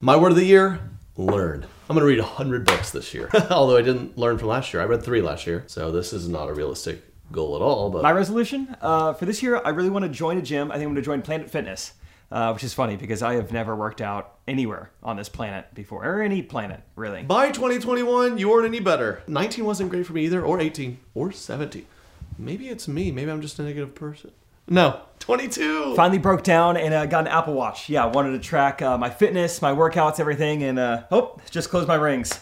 My word of the year learn. I'm going to read 100 books this year. Although I didn't learn from last year. I read three last year. So this is not a realistic goal at all. But My resolution uh, for this year, I really want to join a gym. I think I'm going to join Planet Fitness, uh, which is funny because I have never worked out anywhere on this planet before, or any planet, really. by 2021, you weren't any better. 19 wasn't great for me either, or 18, or 17. Maybe it's me. Maybe I'm just a negative person. No, 22. Finally broke down and uh, got an Apple Watch. Yeah, wanted to track uh, my fitness, my workouts, everything, and uh, oh, just closed my rings.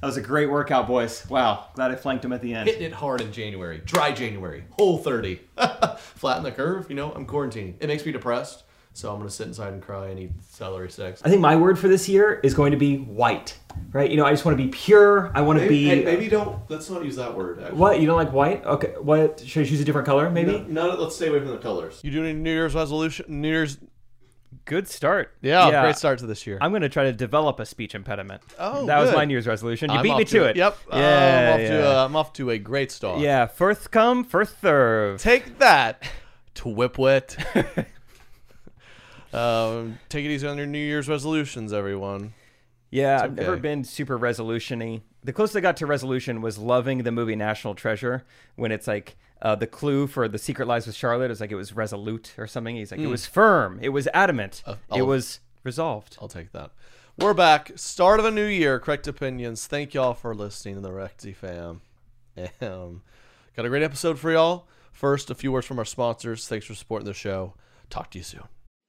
That was a great workout, boys. Wow, glad I flanked him at the end. Hitting it hard in January, dry January, whole 30. Flatten the curve, you know, I'm quarantining. It makes me depressed, so I'm gonna sit inside and cry and eat celery sticks. I think my word for this year is going to be white, right? You know, I just want to be pure. I want to Maybe, be. hey, maybe don't, let's not use that word. Actually. What? You don't like white? Okay, what? Should I choose a different color, maybe? No, no, let's stay away from the colors. You doing any New Year's resolution? New Year's, Good start. yeah, great start to this year. I'm going to try to develop a speech impediment. Oh, that was good. my New Year's resolution. You I'm beat off me to it. Yep. Oh, Yeah. I'm, off yeah. To, uh, I'm off to a great start. yeah. First come, first serve. Take that, Twipwit. um, take it easy on your New Year's resolutions, everyone. Yeah, I've never okay. been super resolutiony. The closest I got to resolution was loving the movie National Treasure when it's like uh, the clue for the Secret Lies with Charlotte is like it was resolute or something. He's Hmm. like it was firm, it was adamant, it I'll- was resolved. I'll take that. We're back. Start of a new year. Correct opinions. Thank y'all for listening to the Recti fam. Um, got a great episode for y'all. First, a few words from our sponsors. Thanks for supporting the show. Talk to you soon.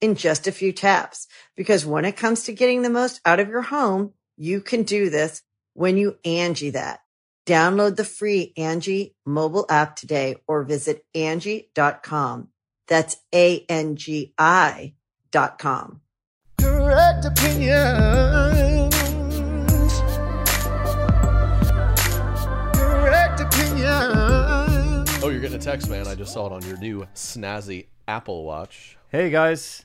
in just a few taps. Because when it comes to getting the most out of your home, you can do this when you Angie that. Download the free Angie mobile app today or visit Angie.com. That's A-N-G-I dot com. Correct opinions. Correct opinions. Oh, you're getting a text, man. I just saw it on your new snazzy Apple Watch. Hey guys,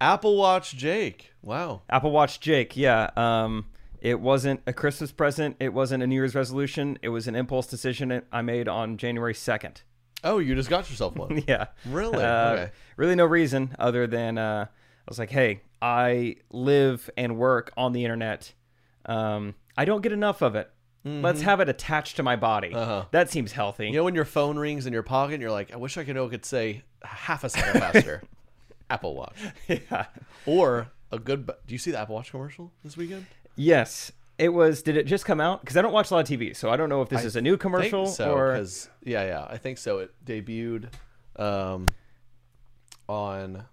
Apple Watch Jake. Wow. Apple Watch Jake, yeah. Um, it wasn't a Christmas present. It wasn't a New Year's resolution. It was an impulse decision I made on January 2nd. Oh, you just got yourself one. Yeah. Really? Uh, Okay. Really, no reason other than uh, I was like, hey, I live and work on the internet. Um, I don't get enough of it. Let's have it attached to my body. Mm-hmm. Uh-huh. That seems healthy. You know when your phone rings in your pocket and you're like, I wish I could know it could say half a second faster. Apple Watch. yeah. Or a good. bu- Do you see the Apple Watch commercial this weekend? Yes. It was. Did it just come out? Because I don't watch a lot of TV, so I don't know if this is a new commercial think so, or 'cause- yeah, yeah, I think so. It debuted um, on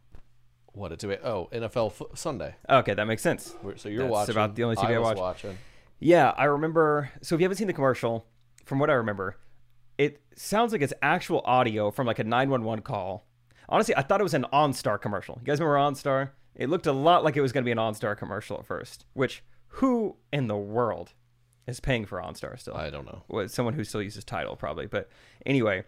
what it's oh NFL fo- Sunday. okay, that makes sense. We're- So you're That's watching. about the only TV I was watch. watching. Yeah, I remember. So if you haven't seen the commercial, from what I remember, it sounds like it's actual audio from like a 911 call. Honestly, I thought it was an OnStar commercial. You guys remember OnStar? It looked a lot like it was going to be an OnStar commercial at first, which who in the world is paying for OnStar still? I don't know. was someone who still uses title probably but anyway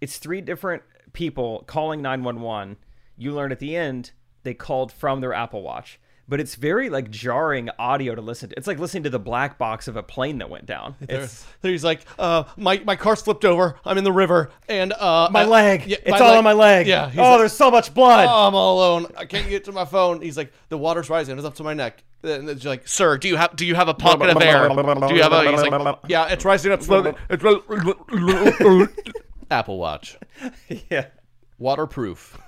it's three different people calling 911 you learn at the end they called from their apple watch but it's very like jarring audio to listen to it's like listening to the black box of a plane that went down There, it's there he's like, uh, my my car slipped over. I'm in the river, and uh, my I- leg yeah, it's all on my leg Yeah. yeah he's oh like, there's so much blood "Oh, I'm all alone. I can't get to my phone. He's like, the water's rising. It's up to my neck. And it's like, sir, do you have do you have a pocket of air? Do you have a? He's like, yeah, it's rising up slowly. It's ri- Apple Watch, yeah waterproof.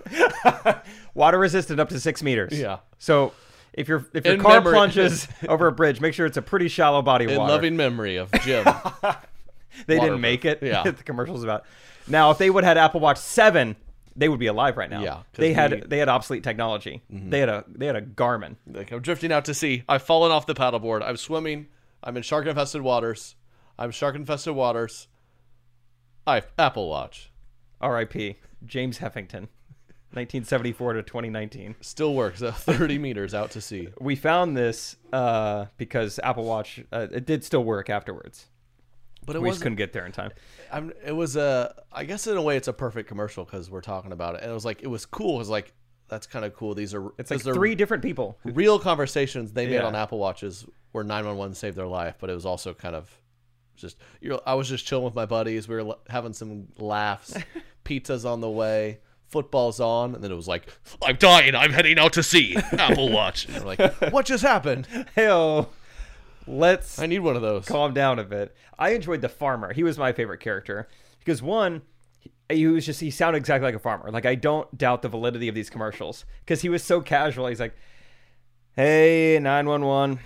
water resistant up to six meters Yeah. so if your if your In car memory- plunges over a bridge, make sure it's a pretty shallow body of In water. loving memory of Jim. they didn't waterproof. make it. Yeah. the commercials about. Now, if they would had Apple Watch Seven, they would be alive right now. Yeah, 'cause they had we- Mm-hmm. they had obsolete technology. They had a they had a Garmin. like I'm drifting out to sea. I've fallen off the paddleboard. I'm swimming. I'm in shark infested waters. I'm shark infested waters. I Apple Watch R.I.P. James Heffington, 1974 to 2019. still works at 30 meters out to sea. we found this uh, because Apple Watch uh, it did still work afterwards. But it We just was couldn't get there in time. I'm, it was a I guess in a way it's a perfect commercial because we're talking about it and it was like it was cool. It was like that's kind of cool. These are It's like they're three different people. real conversations they made Yeah. on Apple Watches where 911 saved their life, but it was also kind of just you know, I was just chilling with my buddies. We were l- having some laughs. Pizza's on the way. Football's on, and then it was like, "I'm dying. I'm heading out to sea." Apple Watch. And we're like, "What just happened? Hey, let's I need one of those." calm down a bit. I enjoyed the farmer. He was my favorite character because one, he- he was just he sounded exactly like a farmer. Like I don't doubt the validity of these commercials because he was so casual. He's like, "Hey, nine one one,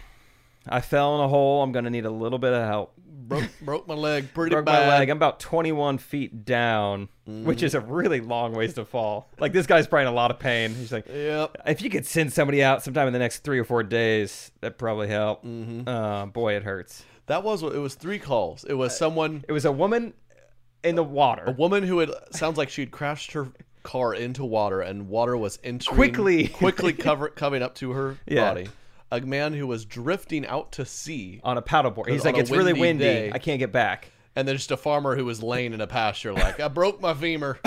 I fell in a hole. I'm gonna need a little bit of help. Broke, broke my leg pretty broke bad. my leg. I'm about 21 feet down, which is a really long ways to fall. Like this guy's probably in a lot of pain. He's like, Yep. if you could send somebody out sometime in the next three or four days, that'd probably help. Uh, boy, it hurts. That was what it was. Three calls. It Uh, was someone, It was a woman in the water. a woman who had sounds like she'd crashed her car into water, and water was entering Quickly. quickly cover, coming up to her Yeah. body. A man who was drifting out to sea, on a paddleboard. He's on like, a it's really windy windy. day." I can't get back. and then just a farmer who was laying in a pasture, like I broke my femur.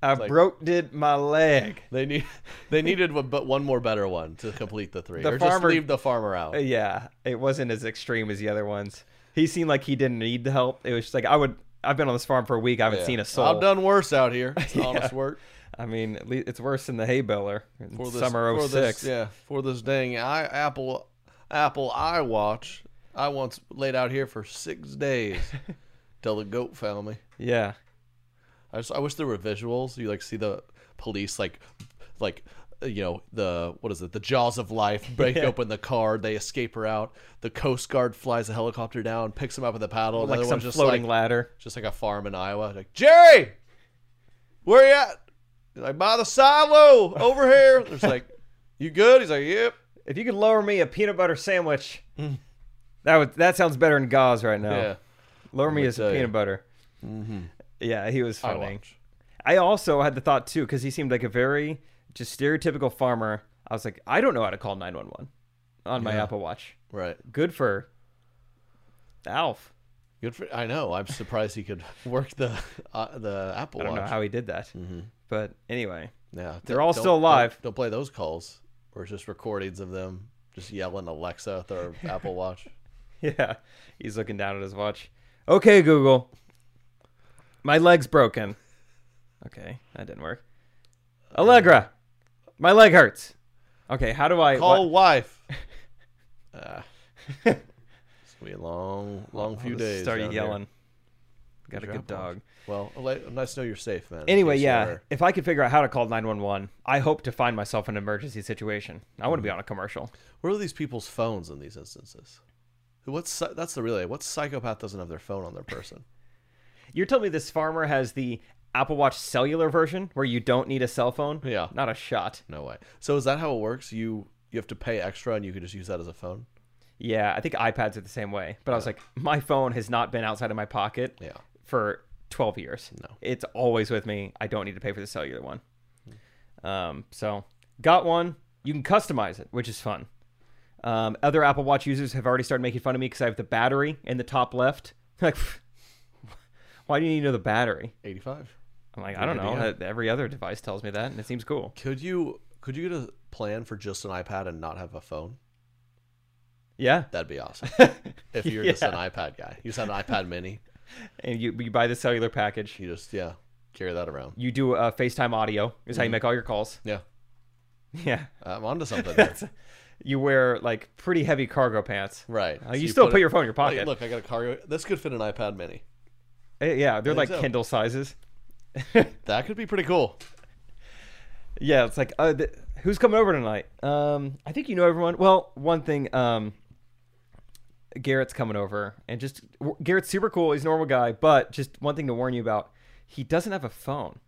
I broke did my leg. They need, they needed one, but one more better one to complete the three, or just farmer- leave the farmer out. Yeah, it wasn't as extreme as the other ones. He seemed like he didn't need the help. It was just like I would. I've been on this farm for a week. I haven't seen a soul. I've done worse out here. It's honest work I mean, at lea- it's worse than the hay baler. in for this summer for 06. this- yeah, for this dang I, Apple Apple I watch. I once laid out here for six days till the goat found me. Yeah. I just I wish there were visuals. You like see the police like like uh, you know the what is it the jaws of life break open the car they escape her out the coast guard flies a helicopter down picks him up with a paddle Like another some one's just floating like, ladder. just like a farm in Iowa like Jerry where you at He's like by the silo over here there's like you good he's like yep If you could lower me a peanut butter sandwich, that would that sounds better than gauze right now. Hmm. yeah Lower me as a tell you. Mm-hmm. peanut butter. Yeah, he was I funny. watch. I, also had the thought too because he seemed like a very just stereotypical farmer. I was like, I don't know how to call nine one one on my Apple Watch. right Good for Alf. good for I know I'm surprised he could work the uh, the Apple I don't know Watch Mm-hmm. how he did that, but anyway, Yeah, They're don't- all don't- still alive. Don't, don't play those calls. Or just recordings of them just yelling Alexa at their Apple Watch. yeah, he's looking down at his watch. Okay, Google, my leg's broken. Okay, that didn't work. Allegra, my leg hurts. Okay, how do I Call what- wife. Uh, it's gonna be a long, long I'll few just days. Start down here. yelling. Got a good dog. Well, Ale- nice to know you're safe, man. in Anyway, case yeah. you're- If I could figure out how to call 911, I hope to find myself in an emergency situation. I want to be on a commercial. Where are these people's phones in these instances? Who? What's psy- that's the relay? What psychopath doesn't have their phone on their person? You're telling me this farmer has the Apple Watch cellular version where you don't need a cell phone? Yeah. Not a shot. No way. So is that how it works? You you have to pay extra, and you can just use that as a phone. Yeah, I think iPads are the same way. But I was like, my phone has not been outside of my pocket Yeah. for 12 years. No. It's always with me. I don't need to pay for the cellular one. Um, so, got one. You can customize it, which is fun. Um, other Apple Watch users have already started making fun of me because I have the battery in the top left. like, why do you need to know the battery? Eighty-five. I'm like, I don't know. Uh, Every other device tells me that, and it seems cool. Could you could you get a plan for just an iPad and not have a phone? Yeah. That'd be awesome. if you're just an iPad guy, you just have an iPad Mini. And you, you buy the cellular package. You just yeah carry that around. You do uh, FaceTime audio, is how you make all your calls. Yeah, Yeah. I'm onto something. There. You wear like pretty heavy cargo pants. right. Uh, you, still put, it- your phone in your Hey, pocket. look, I got a cargo. This could fit an iPad Mini. Eh, Yeah, they're like so. Kindle sizes. That could be pretty cool. Yeah, it's like, uh, th- who's coming over tonight? Um, I think you know everyone. Well, one thing, um, Garrett's coming over, and just w- Garrett's super cool. He's a normal guy, but just one thing to warn you about: he doesn't have a phone.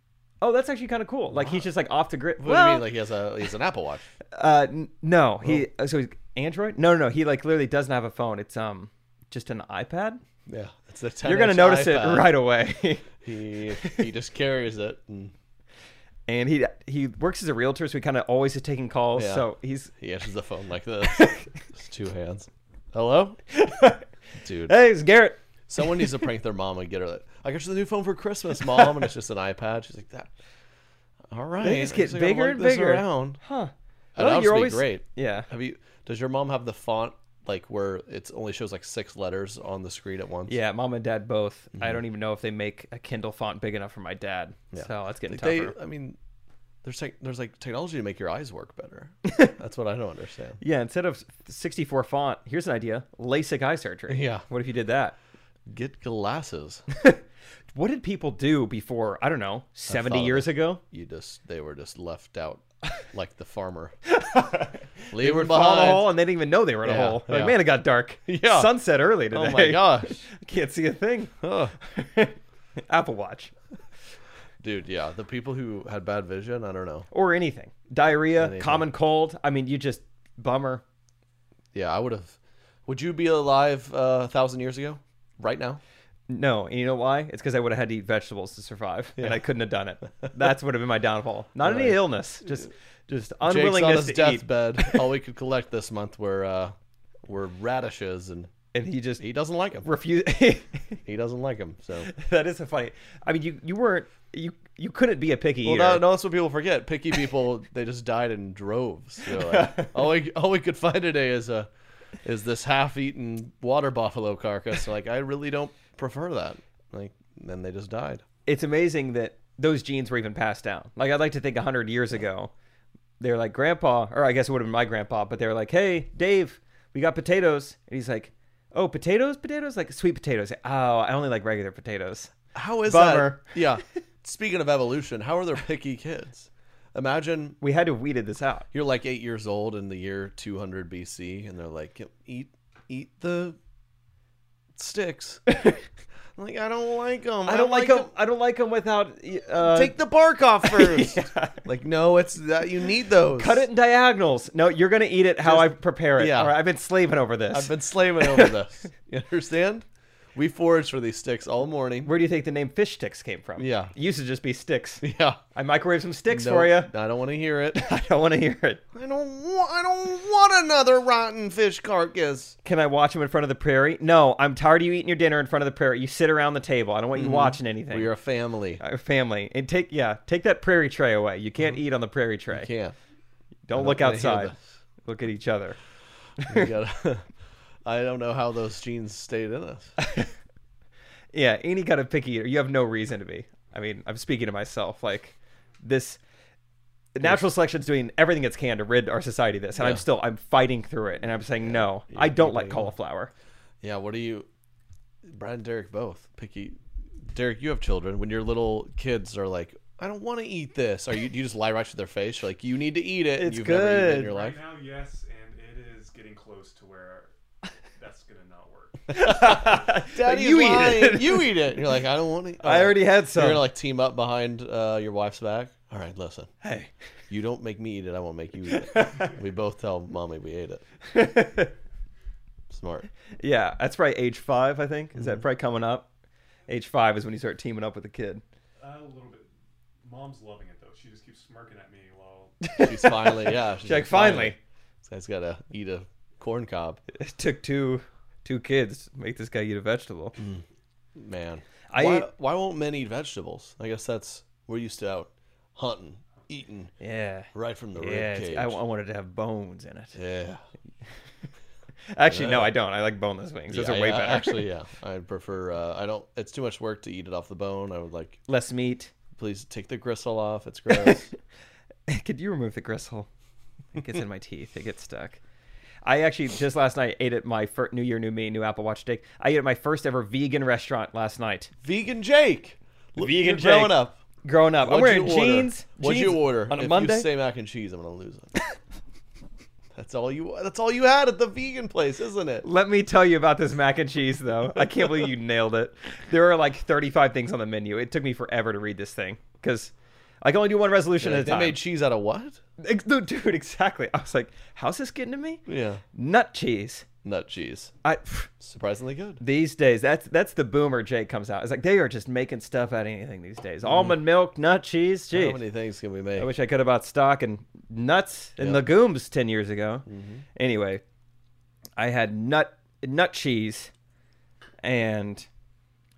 Oh, that's actually kind of cool. Like he's just like off the grid. What do you mean? Like Oh. he has a he has an Apple Watch. Uh, n- no, he uh, so he's Android. No, no, no. He like literally doesn't have a phone. It's um, just an iPad. Yeah, it's the 10 You're gonna notice it right away. He he just carries it. And and he he works as a realtor, so he kind of always is taking calls. Yeah. So he's he answers the phone like this. Just two hands. Hello, dude. hey, it's Garrett. Someone needs to prank their mom and get her that. I got you the new phone for Christmas, mom, and it's just an iPad. She's like that. All right, They just I get guess I gotta bigger lug and this bigger. Around. Huh? That'd Oh, obviously be great. Yeah. Have you? Does your mom have the font like where it only shows like six letters on the screen at once? Yeah, mom and dad both. I don't even know if they make a Kindle font big enough for my dad. So that's getting Like, tougher. they. I mean, there's like there's like technology to make your eyes work better. That's what I don't understand. Yeah, instead of 64 font, here's an idea: LASIK eye surgery. Yeah. What if you did that? Get glasses. What did people do before? I don't know, 70 years ago. You just they were just left out, like the farmer. Leave her Fall in a behind. hole, and they didn't even know they were in Yeah, a hole. Like, yeah. man, it got dark. Yeah. Sunset early today. Oh my gosh. Can't see a thing. Ugh. Apple Watch Dude, yeah, the people who had bad vision, I don't know. or anything. Diarrhea, common cold. I mean, you just bummer. Yeah, I would have. Would you be alive uh, a thousand years ago? Right now? No, and you know why? It's because I would have had to eat vegetables to survive, and I couldn't have done it. That's would have been my downfall. Not any illness, just just Jake's on unwillingness his to eat. deathbed. All we could collect this month were uh, were radishes, and And he just he doesn't like them. refuse. He doesn't like them. So, that is so funny. I mean, you you weren't you you couldn't be a picky well, eater. no, no, that's what people forget. Picky people, they just died in droves. They're like, all we all we could find today is a is this half-eaten water buffalo carcass. Like, I really don't prefer that. Like, then they just died. It's amazing that those genes were even passed down. Like I'd like to think hundred years ago, they were like grandpa, or I guess it would have been my grandpa, but they were like, hey, Dave, we got potatoes, and he's like, oh, potatoes, potatoes, like sweet potatoes. Oh, I only like regular potatoes. How is Bummer. that? Yeah. Speaking of evolution, how are there picky kids? Imagine We had to have weeded this out. you're like eight years old in the year 200 BC, and they're like, "Eat, eat the sticks." I'm like, I don't like them. I don't like them. I don't like them without. Uh, Take the bark off first. Like, no, it's that you need those. cut it in diagonals. No, you're gonna eat it how I prepare it. yeah. All right, I've been slaving over this. I've been slaving over this. You understand? We foraged for these sticks all morning. Where do you think the name fish sticks came from? Yeah. it used to just be sticks. yeah. I microwave some sticks No, for you. I don't want to hear it. I don't want to hear it. I don't. Wa- I don't want another rotten fish carcass. Can I watch them in front of the prairie? No, I'm tired of you eating your dinner in front of the prairie. You sit around the table. I don't want you watching anything. Mm-hmm. We are a family. Uh, family and take yeah, take that prairie tray away. You can't eat on the prairie tray. Mm-hmm. Can't. Don't, look wanna hear outside. Look at each other. We gotta- I don't know how those genes stayed in us. Yeah, any kind of picky eater, you have no reason to be. I mean, I'm speaking to myself. Like this natural selection's doing everything it's can to rid our society of this, and I'm still I'm fighting through it, and I'm saying no, I don't like cauliflower. Yeah. What do you? Brad and Derek both picky. Derek, you have children. When your little kids are like, "I don't want to eat this," are you? do You just lie right to their face. You're like, "You need to eat it." and It's You've never eaten it in good. your life. Right now, yes, and it is getting close to where that's gonna not work. Daddy, you eat it. You eat it. And you're like, "I don't want to." I already had some. You're gonna like team up behind uh, your wife's back. All right, listen. Hey, You don't make me eat it. I won't make you eat it. we both tell mommy we ate it. Smart. yeah, that's probably age five. I think is Mm-hmm. that probably coming up. Age five is when you start teaming up with a kid. a little bit. Mom's loving it though. She just keeps smirking at me while She's finally, yeah. She's She's like, finally, This guy's got to eat a corn cob. it took two two kids to make this guy eat a vegetable. Mm. Man. I why, ate- why won't men eat vegetables? I guess that's, we're used to out hunting, eating Yeah, right from the yeah. rib cage. it's- I, I wanted to have bones in it. yeah. Actually, no, I don't. I like boneless wings. Those Yeah, are way yeah, better. Actually, yeah. I'd prefer, uh, I don't, it's too much work to eat it off the bone. I would like, Less meat. please take the gristle off. It's gross. Could you remove the gristle? It gets in my teeth. It gets stuck. I actually just last night ate at my first New Year, New Me, New Apple Watch steak. I ate at my first ever vegan restaurant last night. Vegan Jake. Look, Vegan you're growing Jake. up. growing up. I'm What'd you wearing order? jeans. What'd jeans you order? on a if Monday? you say mac and cheese, I'm gonna lose it. that's all you. That's all you had at the vegan place, isn't it? Let me tell you about this mac and cheese, though. I can't believe you nailed it. There are like 35 things on the menu. It took me forever to read this thing because I can only do one resolution Like, at a they time. made cheese out of what? Ex- dude, dude, exactly. I was like, how's this getting to me? Yeah, Nut cheese. nut cheese. I Surprisingly good. these days that's that's the boomer Jake comes out. It's like they are just making stuff out of anything these days. Mm. Almond milk, nut cheese, How jeez. many things can we make? I wish I could have bought stock and nuts and legumes ten years ago. Mm-hmm. Anyway, I had nut nut cheese, and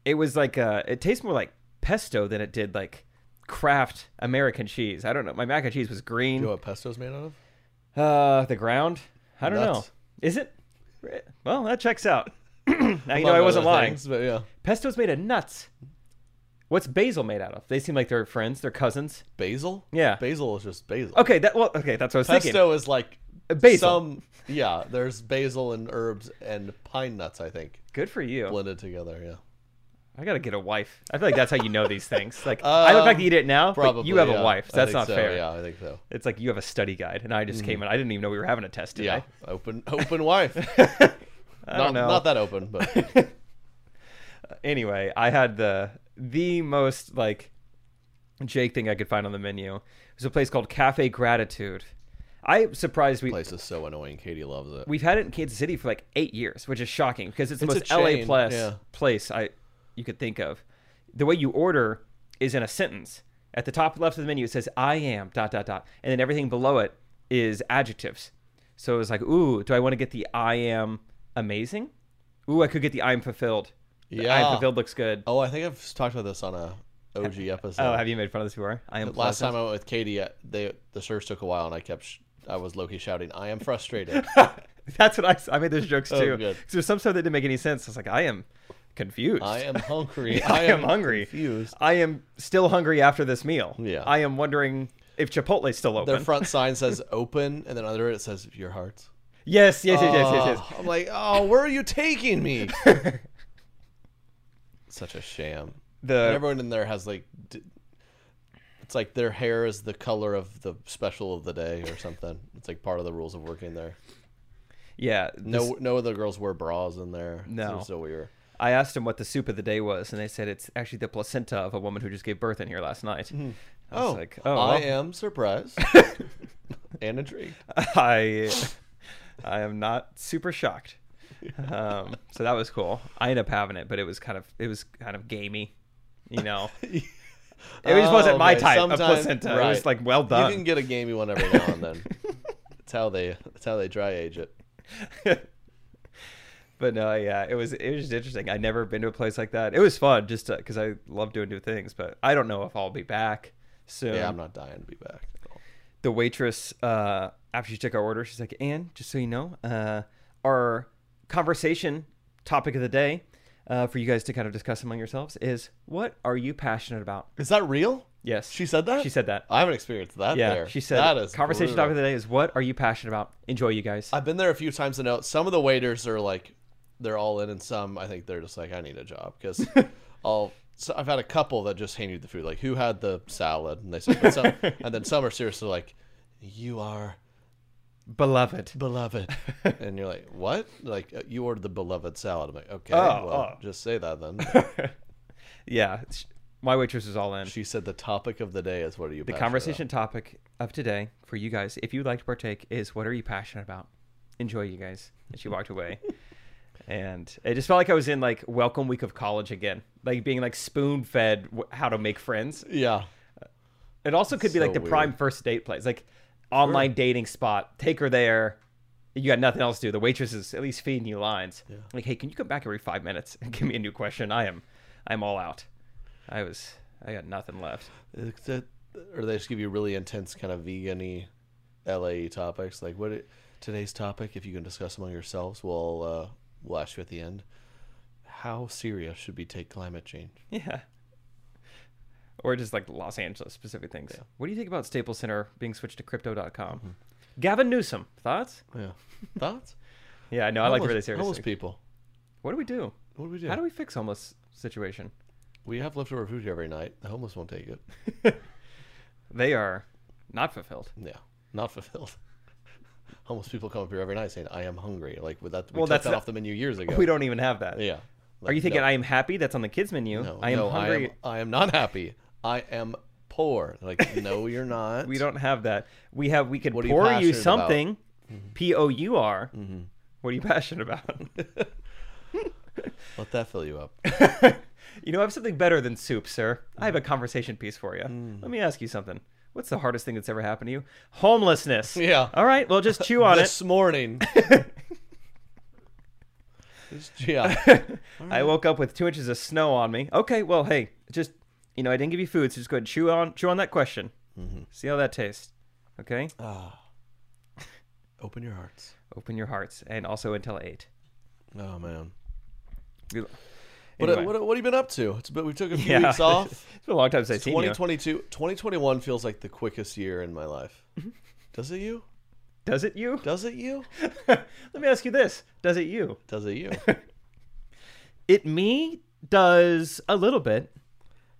it was like uh, it tastes more like pesto than it did like craft American cheese. I don't know. My mac and cheese was you know green. what pesto's made out of? Uh, the ground. I don't Nuts. know. Is it? Well, that checks out. now you know Among I wasn't other lying. things, but yeah, Pesto's made of nuts. What's basil made out of? They seem like they're friends. They're cousins. basil. Yeah. basil is just basil. Okay, that well, okay, that's what I was thinking. Uh, Pesto is like basil. Some yeah, there's basil and herbs and pine nuts. I think Good for you. blended together. Yeah, I gotta get a wife. I feel like that's how you know these things. Like I look like Um, you did it now. probably. but you have yeah. a wife. So I that's think not so, fair. Yeah, Mm-hmm. I think so. It's like you have a study guide, and I just came in. I didn't even know we were having a test today. Yeah, open open wife. I not, don't know. not that open, but Anyway, I had the the most like Jake thing I could find on the menu. It was a place called Cafe Gratitude. I surprised we place is so annoying. Katie loves it. we've had it in Kansas City for like eight years, which is shocking because it's the It's a most LA chain, plus yeah. place I you could think of. The way you order is in a sentence. At the top left of the menu, it says "I am" dot dot dot, and then everything below it is adjectives. So it was like, ooh, do I want to get the "I am amazing"? Ooh, I could get the "I am fulfilled." The I am Yeah. fulfilled looks good. Oh, oh, I think I've talked about this on a OG episode. have you made fun of this before? I am Last pleasant. time I went with Katie, uh, they the shirts took a while, and I kept sh- I was Loki shouting, "I am frustrated." That's what I, s- I made those jokes too. Oh, good. 'Cause there's some stuff that didn't make any sense. I was like, I am confused. I am hungry. I am hungry. Confused. I am still hungry after this meal. Yeah. I am wondering if Chipotle's still open. Their front sign says "open," and then under it says "your hearts." yes, yes, yes, yes, yes, yes. Oh, I'm like, oh, where are you taking me? Such a sham. And The everyone in there has like, d- it's like their hair is the color of the special of the day or something. It's like part of the rules of working there. yeah. this- No, no other girls wear bras in there. No. so weird. I asked them what the soup of the day was, and they said it's actually the placenta of a woman who just gave birth in here last night. I Oh, was like, oh, I well, am surprised and intrigued. I, I am not super shocked. Um, so that was cool. I ended up having it, but it was kind of it was kind of gamey, you know. It just wasn't my Oh, okay, type of sometime- placenta. It was right. like well done. You can get a gamey one every now and then. That's how they. That's how they dry age it. But no, yeah, it was it was just interesting. I'd never been to a place like that. It was fun just because I love doing new things. But I don't know if I'll be back soon. Yeah, I'm not dying to be back. At all. The waitress uh, after she took our order, she's like, "And just so you know, uh, our conversation topic of the day uh, for you guys to kind of discuss among yourselves is what are you passionate about?" Is that real? Yes, She said that. She said that. I haven't experienced that. yeah, there. she said that is conversation brutal. topic of the day is what are you passionate about? Enjoy, you guys. I've been there a few times. and know some of the waiters are like, they're all in, and some I think they're just like, I need a job because I'll. So I've had a couple that just hand you the food, like who had the salad, and they said, but some, and then some are seriously like, you are Beloved. beloved, and you're like, what? Like uh, you ordered the beloved salad. I'm like, okay, Oh, well, oh. just say that then. Yeah, sh- my waitress is all in. she said the topic of the day is what are you? The conversation topic of today for you guys, if you'd like to partake, is what are you passionate about? Enjoy, you guys. And she walked away. And it just felt like I was in like welcome week of college again, like being like spoon fed w- how to make friends. Yeah, It also could be So like the weird. prime first date place, like online dating spot. Take her there. You got nothing else to do. The waitress is at least feeding you lines. Like, hey, can you come back every five minutes and give me a new question? I am, I'm all out. I was, I got nothing left. Is that- or they just give you really intense kind of vegan-y LA topics like what it, today's topic if you can discuss among yourselves we'll uh, we'll ask you at the end how serious should we take climate change Yeah. Or just like Los Angeles specific things. What do you think about Staples Center being switched to crypto.com? Mm-hmm. Gavin Newsom, thoughts? yeah thoughts Yeah, no, I like it Homeless- really seriously. homeless people What do we do? what do we do How do we fix homeless situation? We have leftover food here every night. The homeless won't take it. They are not fulfilled. Yeah, not fulfilled. Homeless people come up here every night saying, "I am hungry." Like with that, we Well, took that's that not- off the menu years ago. We don't even have that. Yeah. Are you thinking I am happy? That's on the kids menu. No, I am no, hungry. I am, I am not happy. I am poor. Like, no, you're not. We don't have that. We have. We could What are you pour you, passionate about? Mm-hmm. something. P O U R. What are you passionate about? let that fill you up. you know, I have something better than soup, sir. I Mm. have a conversation piece for you. Let me ask you something. What's the hardest thing that's ever happened to you? Homelessness. Yeah. All right. Well, just chew on this it. morning. Just- yeah. I woke up with two inches of snow on me. Okay. Well, hey, just you know, I didn't give you food, so just go ahead and chew on chew on that question. Mm-hmm. See how that tastes. Okay. Ah. Open your hearts. Open your hearts, and also until eight. Oh man. Good- What, Anyway. what, what have you been up to? It's been, we took a few Yeah. weeks off. It's been a long time since I've seen you. 2022, 2021 feels like the quickest year in my life. Mm-hmm. Does it you? Does it you? Does it you? Let me ask you this. Does it you? Does it you? It me does a little bit.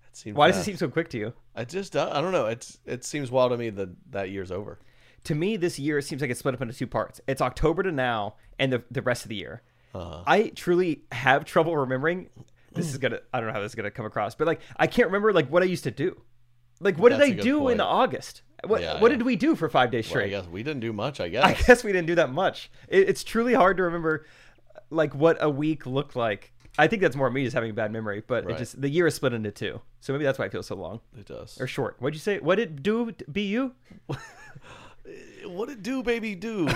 It seems Why does fast. it seem so quick to you? I just uh, I don't know. It's it seems wild to me that that year's over. To me, this year it seems like it's split up into two parts. It's October to now and the, the rest of the year. Uh-huh. I truly have trouble remembering. This is gonna I don't know how this is gonna come across, but like I can't remember like what I used to do. Like what That's a did I good do point. in August? What Yeah, what yeah. did we do for five days Well, I straight? guess we didn't do much. I guess. I guess we didn't do that much. It, it's truly hard to remember, like what a week looked like. I think that's more me just having a bad memory, but Right. it just the year is split into two, so maybe that's why it feels so long it does. or short. What'd you say? What did do t- be you? Uh, What it do, baby? Do.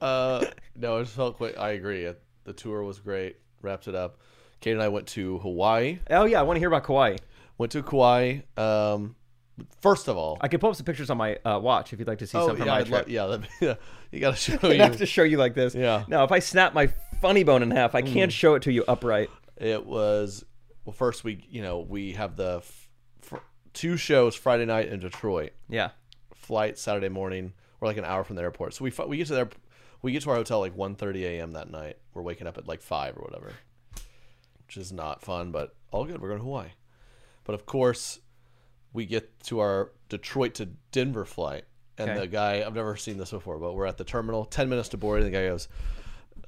uh, no, it just felt quick. I agree. It- The tour was great. Wrapped it up. Kate and I went to Hawaii. Oh yeah, I want to hear about Kauai. Went to Kauai. Um, first of all, I could pull up some pictures on my uh, watch if you'd like to see oh some from yeah, my I'd trip. love, yeah, that'd be- yeah, you got to show I'd have you. to show you like this. Yeah. No, if I snap my funny bone in half, I can't show it to you upright. It was well. First, we you know we have the f- f- two shows Friday night in Detroit. Yeah. flight Saturday morning. We're like an hour from the airport, so we fi- we get to their we get to our hotel like 1.30 a.m. that night. We're waking up at like five or whatever, which is not fun, but all good. We're going to Hawaii, but of course, we get to our Detroit to Denver flight, and Okay. the guy I've never seen this before, but we're at the terminal, ten minutes to board, and the guy goes,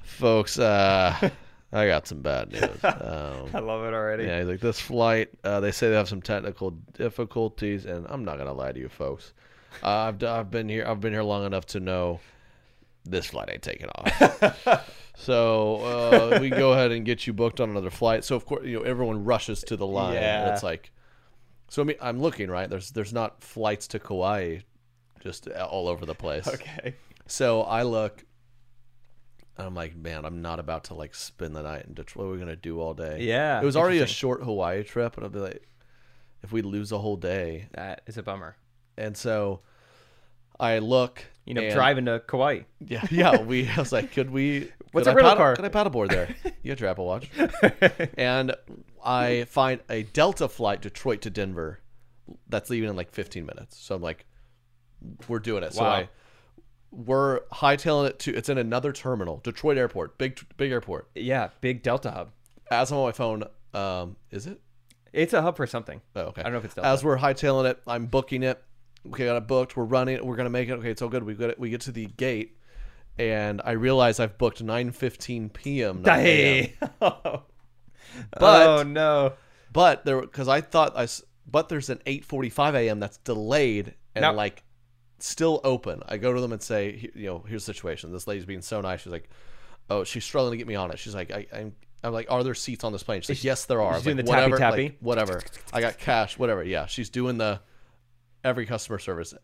"Folks, uh, I got some bad news." Um, I love it already. yeah, he's like, this flight, uh, they say they have some technical difficulties, and I'm not gonna lie to you folks. Uh, I've d- I've been here I've been here long enough to know this flight ain't taking off. so uh, we go ahead and get you booked on another flight. So of course, you know everyone rushes to the line. And Yeah. it's like, so I mean, I'm looking right. There's there's not flights to Kauai, just uh, all over the place. Okay. So I look, and I'm like, man, I'm not about to like spend the night in Detroit. What are we gonna do all day? Yeah, it was already a short Hawaii trip, and I'd be like, if we lose a whole day, That is a bummer. and so I look, You know, and- driving to Kauai. Yeah, yeah. We, I was like, could we? could What's a I rental paddle- car? Could I paddleboard there? You got your Apple Watch, and I find a Delta flight Detroit to Denver that's leaving in like 15 minutes. So I'm like, we're doing it. So Wow. I we're hightailing it to. It's in another terminal, Detroit Airport, big big airport. Yeah, big Delta hub. As I'm on my phone, um, is it? It's a hub for something. Oh, okay. I don't know if it's Delta. As we're hightailing it, I'm booking it. Okay, got it booked. We're running it. We're gonna make it. Okay, it's all good. We got it. We get to the gate, and I realize I've booked 9:15 p.m. not a.m. Hey. but But- oh no. But there, because I thought I. s- But there's an 8:45 a.m. that's delayed and Now- like still open. I go to them and say, "He- you know, here's the situation. This lady's being so nice. She's like, oh, she's struggling to get me on it. She's like, I, I'm. I'm like, are there seats on this plane? She's like, yes, there are. I was doing like, the tappy whatever, like, tappy? whatever. I got cash. Whatever. Yeah, she's doing the every customer service.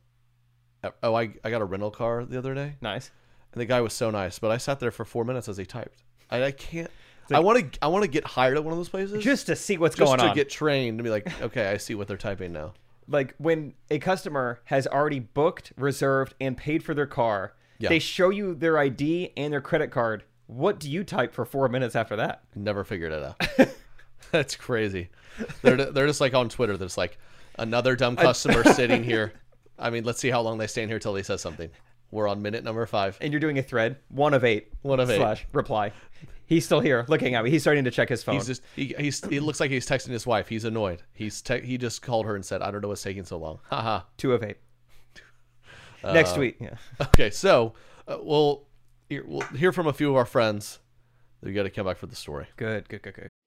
Oh, I, I got a rental car the other day, Nice. and the guy was so nice. But I sat there for four minutes as he typed. I, I can't. I want to. I want to get hired at one of those places Just to see what's just going to on. get trained to be like, okay, I see what they're typing now. like when a customer has already booked, reserved, and paid for their car, Yeah. they show you their ID and their credit card. What do you type for four minutes after that? Never figured it out. That's crazy. They're they're just like on Twitter. There's like another dumb customer sitting here. I mean, let's see how long they stay in here till they says something. We're on minute number five. and you're doing a thread, one of eight, One of eight. slash reply. He's still here, looking at me. He's starting to check his phone. He's just he he's, he looks like he's texting his wife. He's annoyed. He's te- he just called her and said, "I don't know what's taking so long." Haha. Two of eight. Uh, Next week, yeah. Okay, so uh, we'll hear- we'll hear from a few of our friends. We got to come back for the story. Good, good, good, good.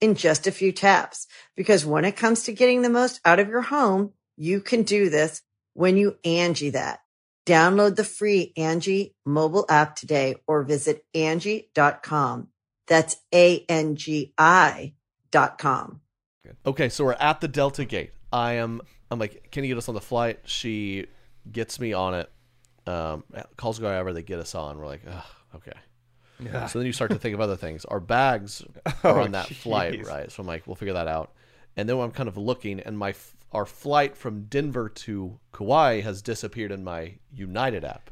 in just a few taps. Because when it comes to getting the most out of your home, you can do this when you Angie that. Download the free Angie mobile app today or visit Angie.com. That's A-N-G-I dot com. Okay, so we're at the Delta Gate. I am. I'm like, can you get us on the flight? She gets me on it. Um, calls go however they get us on. We're like, Ugh, okay. So then you start to think of other things. Our bags are Oh, on that flight, jeez. right? So I'm like, we'll figure that out. And then I'm kind of looking, and my f- our flight from Denver to Kauai has disappeared in my United app.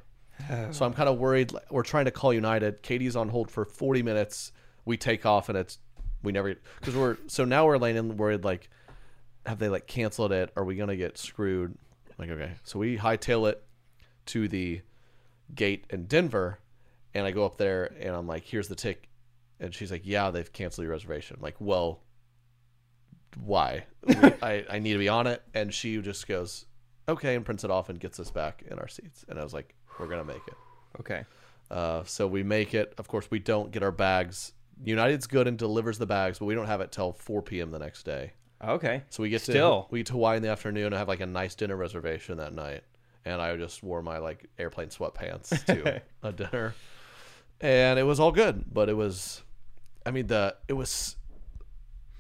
So I'm kind of worried. like, We're trying to call United. Katie's on hold for 40 minutes. We take off, and it's we never because we're so now we're laying worried like have they like canceled it? Are we gonna get screwed? Like, okay. So we hightail it to the gate in Denver and I go up there and I'm like, here's the tick and she's like, Yeah, they've canceled your reservation. I'm like, well why? I, I need to be on it and she just goes, Okay, and prints it off and gets us back in our seats. And I was like, We're gonna make it. Okay. Uh, so we make it. Of course, we don't get our bags. United's good and delivers the bags, but we don't have it till 4 p.m. the next day. Okay. So we get Still. to we get to Hawaii in the afternoon. and have like a nice dinner reservation that night, and I just wore my like airplane sweatpants to a dinner, and it was all good. But it was, I mean the it was.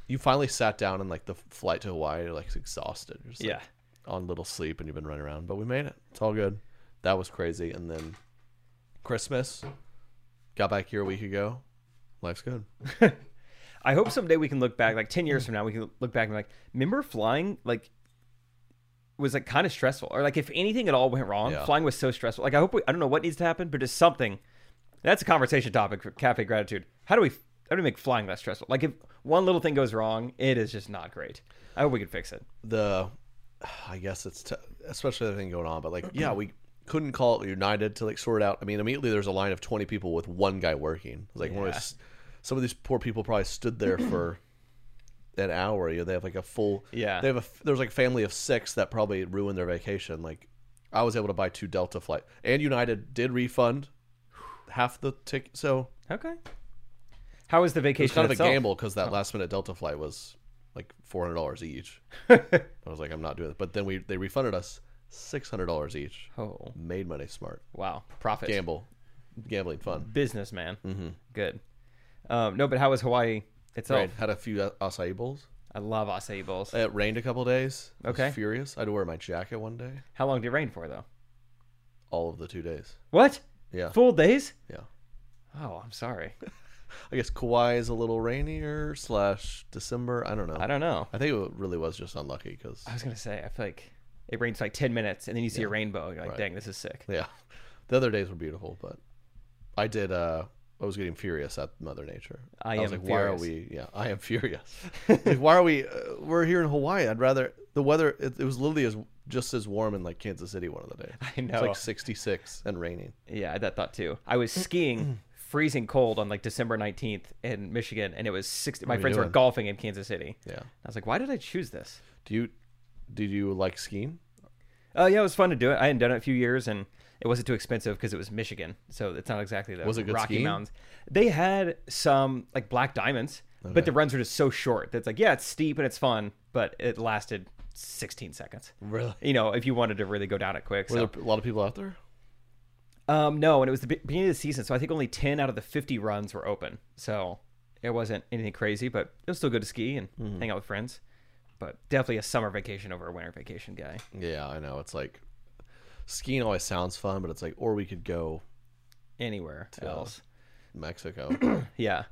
You finally sat down and like the flight to Hawaii, you're like exhausted. You're just, like, Yeah. on little sleep, and you've been running around, but we made it. It's all good. That was crazy. And then Christmas, got back here a week ago. Life's good. I hope someday we can look back, like ten years from now, we can look back and be like, remember flying like was like kind of stressful, or like if anything at all went wrong, Yeah. flying was so stressful. Like I hope we, I don't know what needs to happen, but just something. That's a conversation topic for Cafe Gratitude. How do we how do we make flying less stressful? Like if one little thing goes wrong, it is just not great. I hope we can fix it. the I guess it's t- especially the thing going on, but like yeah, we couldn't call it United to like sort it out. I mean, immediately there's a line of 20 people with one guy working. It's like one of those- some of these poor people probably stood there for an hour. You know, they have like a full Yeah. They have a there's like a family of six that probably ruined their vacation. Like I was able to buy two Delta flight and United did refund half the ticket. So Okay. How is the vacation? it's kind of itself? a gamble because that Oh. last minute Delta flight was like four hundred dollars each. I was like, I'm not doing it. But then we they refunded us six hundred dollars each. Oh Made money smart. wow, profit Gamble, gambling fun. businessman. Mm-hmm. Good. Um, no, but how was Hawaii itself? Right. Had a few a- acai bowls. I love acai bowls. It rained a couple days. I was Okay. furious. I had to wear my jacket one day. How long did it rain for though? All of the two days. What? Yeah. Full days? Yeah. Oh, I'm sorry. I guess Kauai is a little rainier slash December. I don't know. I don't know. I think it really was just unlucky because I was gonna say I feel like it rains for like ten minutes and then you see a rainbow. And you're like, dang, this is sick. Yeah. The other days were beautiful, but I did uh I was getting furious at Mother Nature. I was am like, why are furious. we? Yeah, I am furious. like, why are we? Uh, we're here in Hawaii. I'd rather the weather. It, it was literally as just as warm in like Kansas City one of the days. I It's know. like 66 and raining. Yeah, I had that thought too. I was skiing freezing cold on like December nineteenth in Michigan, and it was sixty. My you friends were doing? golfing in Kansas City. Yeah. I was like, why did I choose this? Do you? Did you like skiing? Uh, yeah, it was fun to do it. I hadn't done it in a few years, and it wasn't too expensive because it was Michigan, so it's not exactly the Was it good Rocky skiing? Mountains. They had some like black diamonds, but the runs were just so short that it's like, yeah, it's steep and it's fun, but it lasted 16 seconds. Really? You know, if you wanted to really go down it quick. Were So. there a lot of people out there? Um, no, and it was the be- beginning of the season, so I think only 10 out of the 50 runs were open. So it wasn't anything crazy, but it was still good to ski and Mm-hmm. hang out with friends. But definitely a summer vacation over a winter vacation guy. Yeah, I know. It's like skiing always sounds fun, but it's like, or we could go Anywhere else. Mexico. Yeah.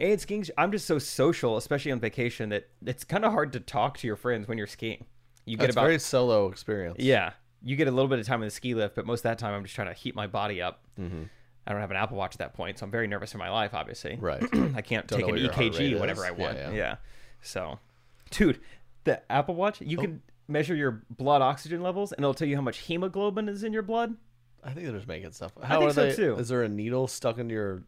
And skiing, I'm just so social, especially on vacation, that it's kind of hard to talk to your friends when you're skiing. You get it's a about very solo experience. yeah, you get a little bit of time in the ski lift, but most of that time I'm just trying to heat my body up. Mm-hmm. I don't have an Apple Watch at that point, so I'm very nervous for my life, obviously. Right. I can't Don't know take an E what your heart rate EKG whenever is. I Yeah, want. yeah. Yeah, So, dude, the Apple Watch, Oh. you can measure your blood oxygen levels, and it'll tell you how much hemoglobin is in your blood. I think they're just making stuff. How think are so, they? too. Is there a needle stuck into your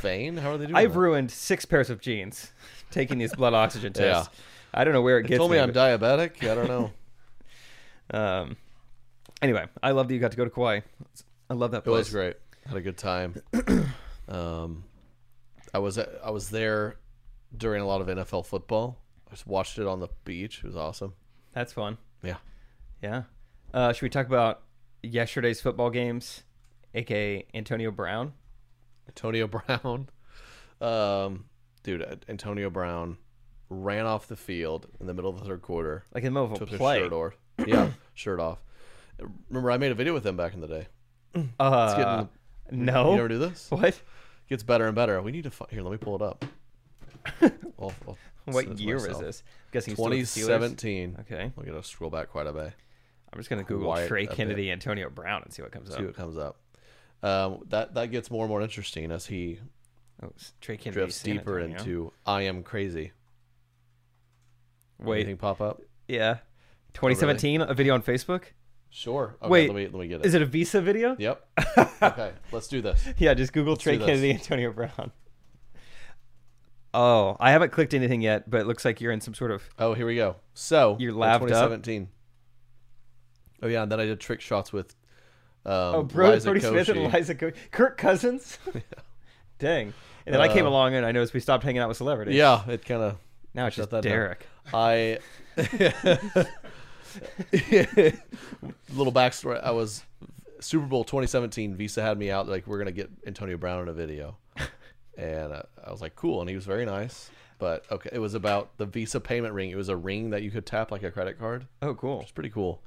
vein? How are they doing? I've that? ruined six pairs of jeans taking these blood oxygen Yeah. tests. I don't know where it They gets told me me, I'm but- diabetic. I don't know. Um, anyway, I love that you got to go to Kauai. I love that It was place. great. Had a good time. um, I was I was there during a lot of NFL football. I just watched it on the beach. It was awesome. That's fun. Yeah. Yeah. Uh, should we talk about yesterday's football games, aka Antonio Brown? Antonio Brown. Um, dude, uh, Antonio Brown ran off the field in the middle of the third quarter. Like in the middle of a Took his play. shirt off. Yeah, shirt off. Remember, I made a video with him back in the day. Uh, You no. ever do this? what? Gets better and better. We need to find. Here, let me pull it up. I'll- I'll send it What to year was myself. this? I'm guessing he's still with the Steelers? 2017. Okay. Oh. We're going to scroll back quite a bit. I'm just gonna Google Quiet Trey a bit. Kennedy, Antonio Brown, and see what comes See up. what comes up. Um, that that gets more and more interesting as he Oh, s- Trey Kennedy drifts San deeper Antonio. into I am crazy. wait. Anything Oh, pop up? Yeah. 2017, a video on Facebook. Sure. Okay, Wait, let me let me get it. Is it a Visa video? Yep. okay, let's do this. Yeah, just Google Trey do this. Kennedy, Antonio Brown. Oh, I haven't clicked anything yet, but it looks like you're in some sort of. Oh, here we go. So You're in lavved up? 2017. Oh yeah, and then I did trick shots with um, Oh, Bro, Liza Brody Smith and Koshy. Eliza Ko- Kirk Cousins. Dang. And then I came along and I noticed we stopped hanging out with celebrities. Yeah, it kind of. Now it's just that down. Derek. I little backstory. I was Super Bowl 2017. Visa had me out like we're gonna get Antonio Brown in a video, and I, I was like, cool. And he was very nice. But okay, it was about the Visa payment ring. It was a ring that you could tap like a credit card. Oh, cool. It's pretty cool.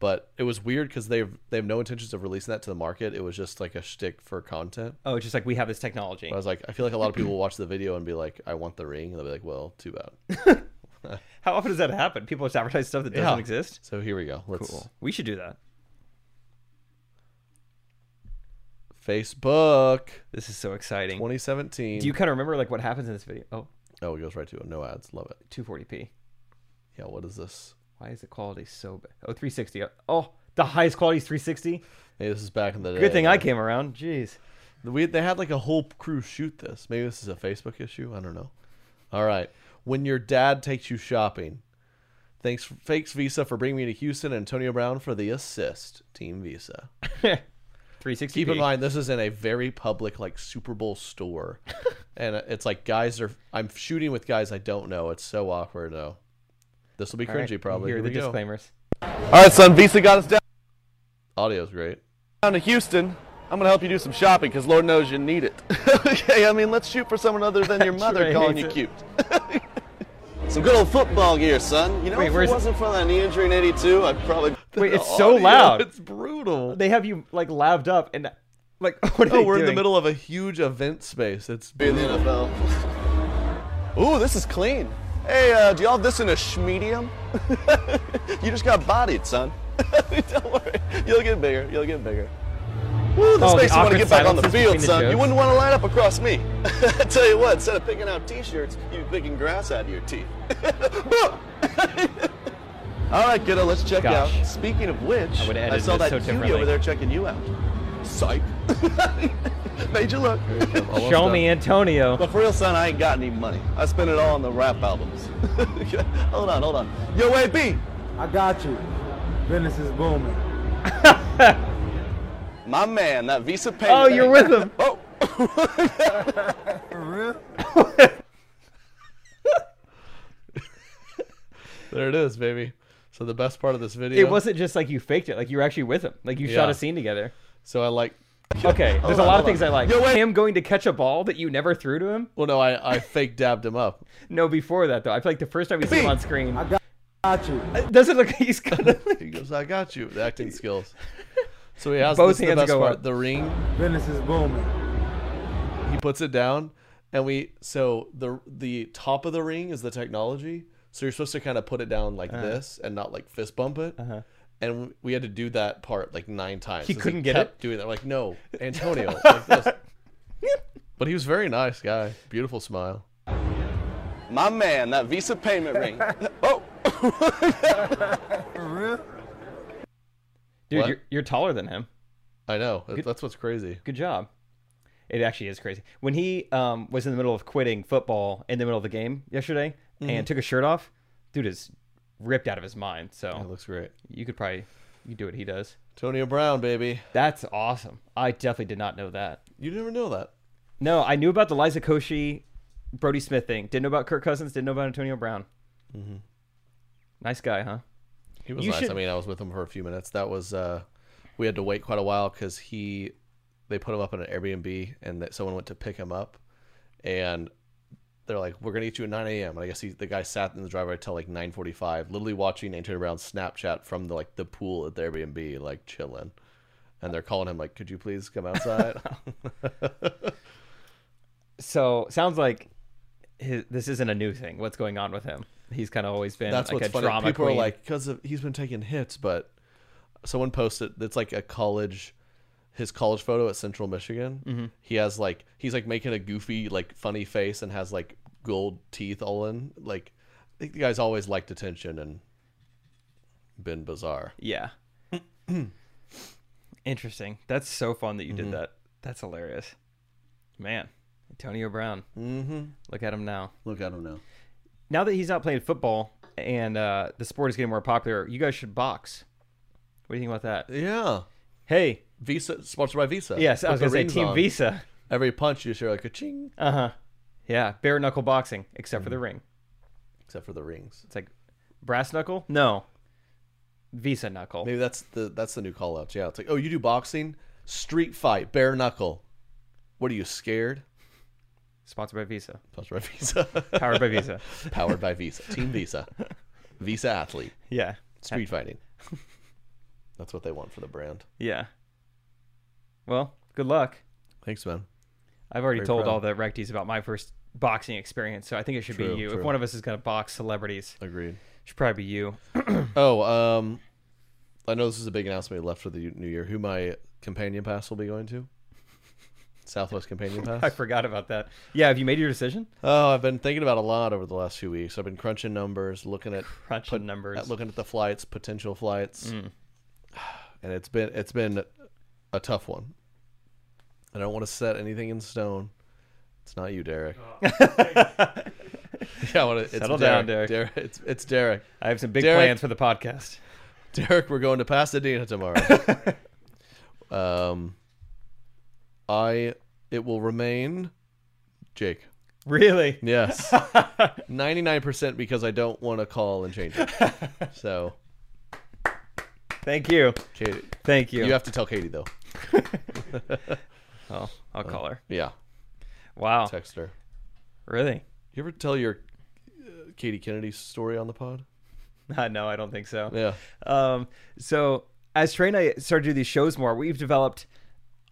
But it was weird because they they have no intentions of releasing that to the market. It was just like a shtick for content. Oh, it's just like we have this technology. I was like, I feel like a lot of people will watch the video and be like, I want the ring, and they'll be like, well, too bad. How often does that happen? People just advertise stuff that doesn't Yeah. exist. So here we go. Let's Cool. We should do that. Facebook. This is so exciting. 2017. Do you kind of remember like what happens in this video? Oh, Oh, it goes right to it. No ads. Love it. 240p. Yeah, what is this? Why is the quality so bad? Oh, 360. Oh, the highest quality is 360. Hey, this is back in the day. Good thing I man. came around. Jeez. We, they had like a whole crew shoot this. Maybe this is a Facebook issue. I don't know. All right. When your dad takes you shopping. Thanks, thanks Visa for bringing me to Houston. Antonio Brown for the assist. Team Visa. 360. Keep in mind, this is in a very public, like Super Bowl store, and it's like guys are. I'm shooting with guys I don't know. It's so awkward though. This will be cringy, probably. Here are Here the we go. disclaimers. All right, son. Visa got us down Audio's great. down to Houston. I'm gonna help you do some shopping because Lord knows you need it. okay, I mean, let's shoot for someone other than your mother Trey calling you hates cute. some good old football gear, son. You know, Wait, if where's- it wasn't for that knee injury in '82, I probably. Wait, The it's so audio, loud. It's brutal. They have you like laved up and like what are Oh, they we're in the doing? middle of a huge event space. It's be in the NFL. Ooh, this is clean. Hey, uh, do y'all have this in a schmedium? you just got bodied, son. Don't worry. You'll get bigger. You'll get bigger. Ooh, this Oh, the makes me want awkward to get back on the silences field, between the son. jokes. you wouldn't want to line up across me. I tell you what, instead of picking out t-shirts, you'd be picking grass out of your teeth. Boom! All right, kiddo, let's check Gosh. out. Speaking of which, would've I, edited saw this that so cutie differently. over there checking you out. Psych. Made you look. almost Show done. me Antonio. But for real, son, I ain't got any money. I spent it all on the rap albums. hold on, hold on. Yo, AB, I got you. Business is booming. My man, that Visa pay. Oh, you're with him. Oh, For real? There it is, baby. So the best part of this video. It wasn't just like you faked it. Like you were actually with him. Like you shot Yeah. a scene together. So I like. Okay, there's a lot on, hold of things on. I like. Yo, wait. Him going to catch a ball that you never threw to him. Well, no, I I fake dabbed him up. No, before that though, I feel like the first time you see him on screen, Got you. it doesn't look like he's gonna. He goes, "I got you." The acting skills. So he has Both this is the hands best go part. up. The ring. Business is booming. He puts it down, and we. So the the top of the ring is the technology. So you're supposed to kind of put it down Uh-huh. like this and not like fist bump it. And we had to do that part like nine times. He as couldn't get kept Doing that, like no, Antonio. like this. But he was a very nice guy. Beautiful smile. my man, that Visa payment ring. Oh, For real? Dude, What? you're, you're taller than him. I know. That- That's what's crazy. Good job. It actually is crazy. When he um, was in the middle of quitting football in the middle of the game yesterday Mm-hmm. and took his shirt off, dude is ripped out of his mind. It So looks great. you could probably you could do what he does. Antonio Brown, baby. That's awesome. I definitely did not know that. You never know that. No, I knew about the Liza Koshy, Brody Smith thing. Didn't know about Kirk Cousins. Didn't know about Antonio Brown. Mm-hmm. Nice guy, huh? He was You nice. I should- mean, I was with him for a few minutes. That was uh we had to wait quite a while because he they put him up in an Airbnb and that someone went to pick him up and they're like, We're gonna get you at nine AM and I guess he, the guy sat in the driveway till like nine forty five, literally watching Antonio Brown's Snapchat from the like the pool at the Airbnb, like chilling. And they're calling him like, Could you please come outside? So sounds like his, this isn't a new thing. What's going on with him? He's kind of always been That's like what's a funny. drama People queen. are like, because of he's been taking hits, but someone posted that's like a college, his college photo at Central Michigan. Mm-hmm. He has like he's like making a goofy, like funny face and has like gold teeth all in. Like, I think the guy's always liked attention and been bizarre. Yeah. Interesting. That's so fun that you Mm-hmm. did that. That's hilarious. Man, Antonio Brown. Mm-hmm. Look at him now. Look, I don't know. Now that he's not playing football and uh, the sport is getting more popular, you guys should box. What do you think about that? Yeah, Hey, Visa sponsored by Visa. yes, I was Put the gonna say rings Team on. Visa. Every punch you just hear like a ching, Uh huh. Yeah, bare knuckle boxing, except for the Mm-hmm. ring. except for the rings. It's like brass knuckle. No, Visa knuckle. Maybe that's the that's the new call outs. Yeah, it's like, oh, you do boxing, street fight, bare knuckle. What are you sponsored Sponsored by Visa. by Visa. Powered by Visa. Powered by Visa. Team Visa. Visa athlete. Yeah. Street fighting. That's what they want for the brand. Yeah. Well, good luck. Thanks, man. I've already Very told proud. all the recties about my first boxing experience, so I think it should True, be you. true. If one of us is going to box celebrities, it Agreed. should probably be you. Oh, um, I know this is a big announcement left for the new year. Who my companion pass will be going to? Southwest Companion Pass. I forgot about that. Yeah, have you made your decision? Oh, I've been thinking about it a lot over the last few weeks. I've been crunching numbers, looking at Crunching numbers. at looking at the flights, potential flights, Mm. and it's been it's been a tough one. I don't want to set anything in stone. It's not you, Derek. yeah, I wanna- it's Settle Derek, down, Derek. Derek. It's it's Derek. I have some big Derek- plans for the podcast. Derek, we're going to Pasadena tomorrow. um, I it will remain Jake. Really? Yes. 99% because I don't want to call and change it. So, Thank you. Katie, Thank you. you have to tell Katie though. oh, I'll call her. Yeah, Wow. text her. Really? You ever tell your uh, Katie Kennedy story on the pod? no, I don't think so. Yeah. Um, so as Trey and I started to do these shows more, we've developed,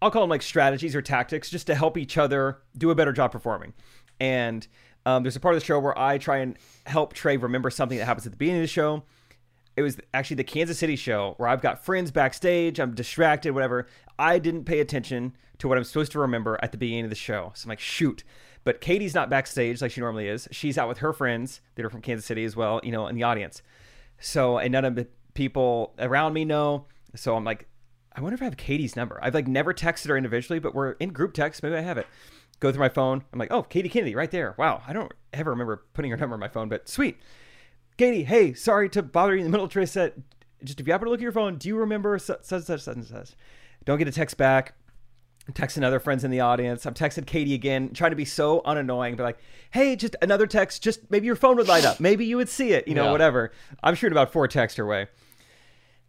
I'll call them like strategies or tactics just to help each other do a better job performing. And um, there's a part of the show where I try and help Trey remember something that happens at the beginning of the show. It was actually the Kansas City show where I've got friends backstage, I'm distracted, whatever. I didn't pay attention to what I'm supposed to remember at the beginning of the show. So I'm like, shoot. But Katie's not backstage like she normally is. She's out with her friends that are from Kansas City as well, you know, in the audience. So, and none of the people around me know. So I'm like, I wonder if I have Katie's number. I've like never texted her individually, but we're in group text. Maybe I have it. Go through my phone. I'm like, oh, Katie Kennedy right there. Wow. I don't ever remember putting her number on my phone, but sweet. Katie, hey, sorry to bother you in the middle of Trey set. just if you happen to look at your phone, do you remember su- such such such and such? Don't get a text back. I'm texting other friends in the audience. I'm texting Katie again, trying to be so unannoying, but like, hey, just another text. Just maybe your phone would light up. Maybe you would see it. You know, Yeah. whatever. I'm shooting about four texts her way.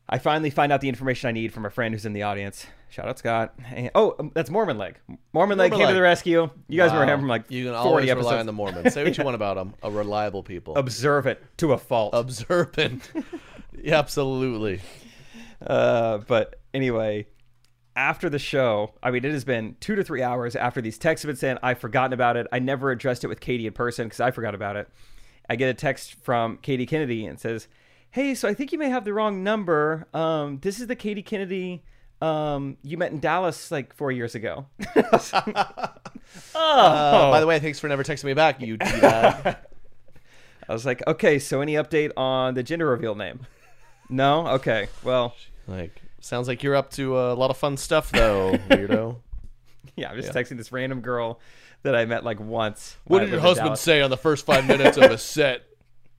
I finally find out the information I need from a friend who's in the audience. Shout out Scott. And- oh, um, that's Mormon Leg. Mormon Leg Mormon came to Leg. the rescue. You guys remember Wow. him from like you can 40 always episodes. rely on the Mormons. Say what you want about them, a reliable people, Observe it to a fault. observant. yeah, absolutely. Uh, but anyway, after the show, I mean, it has been two to three hours after these texts have been sent. I've forgotten about it. I never addressed it with Katie in person because I forgot about it. I get a text from Katie Kennedy and says, "Hey, so I think you may have the wrong number. Um, this is the Katie Kennedy." Um, you met in Dallas like four years ago. Oh. Uh, By the way, thanks for never texting me back. You D-bag. I was like, okay, so any update on the gender reveal name? No? Okay. Well, like, sounds like you're up to uh, a lot of fun stuff, though, weirdo. yeah, I'm just texting this random girl that I met like once. What when I did your lived in husband Dallas. say on the first five minutes of a set?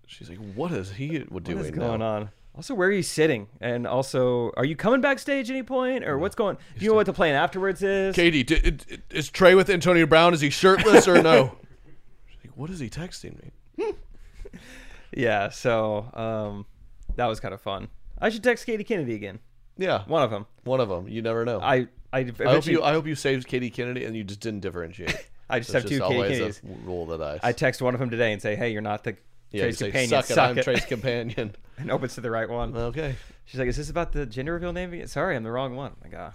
She's like, "What is he doing? What is going on? Also, where are you sitting? And also, are you coming backstage any point, or what's going? Do you know what the plan afterwards is? Katie, d- it- it- is Trey with Antonio Brown? Is he shirtless or no? She's like, what is he texting me? Yeah, so um, that was kind of fun. I should text Katie Kennedy again. Yeah, one, One of them. of them. You never know. I I, I hope eventually- you. I hope you saved Katie Kennedy, and you just didn't differentiate. I just That's have two Katie always Kennedys. a w- roll of the dice. I text one of them today and say, hey, you're not the yeah, you Trace say, companion. suck it. I'm it." Trey's companion. and opens to the right one. Okay. She's like, "Is this about the gender reveal name?" again? Sorry, I'm the wrong one. I'm like, ah.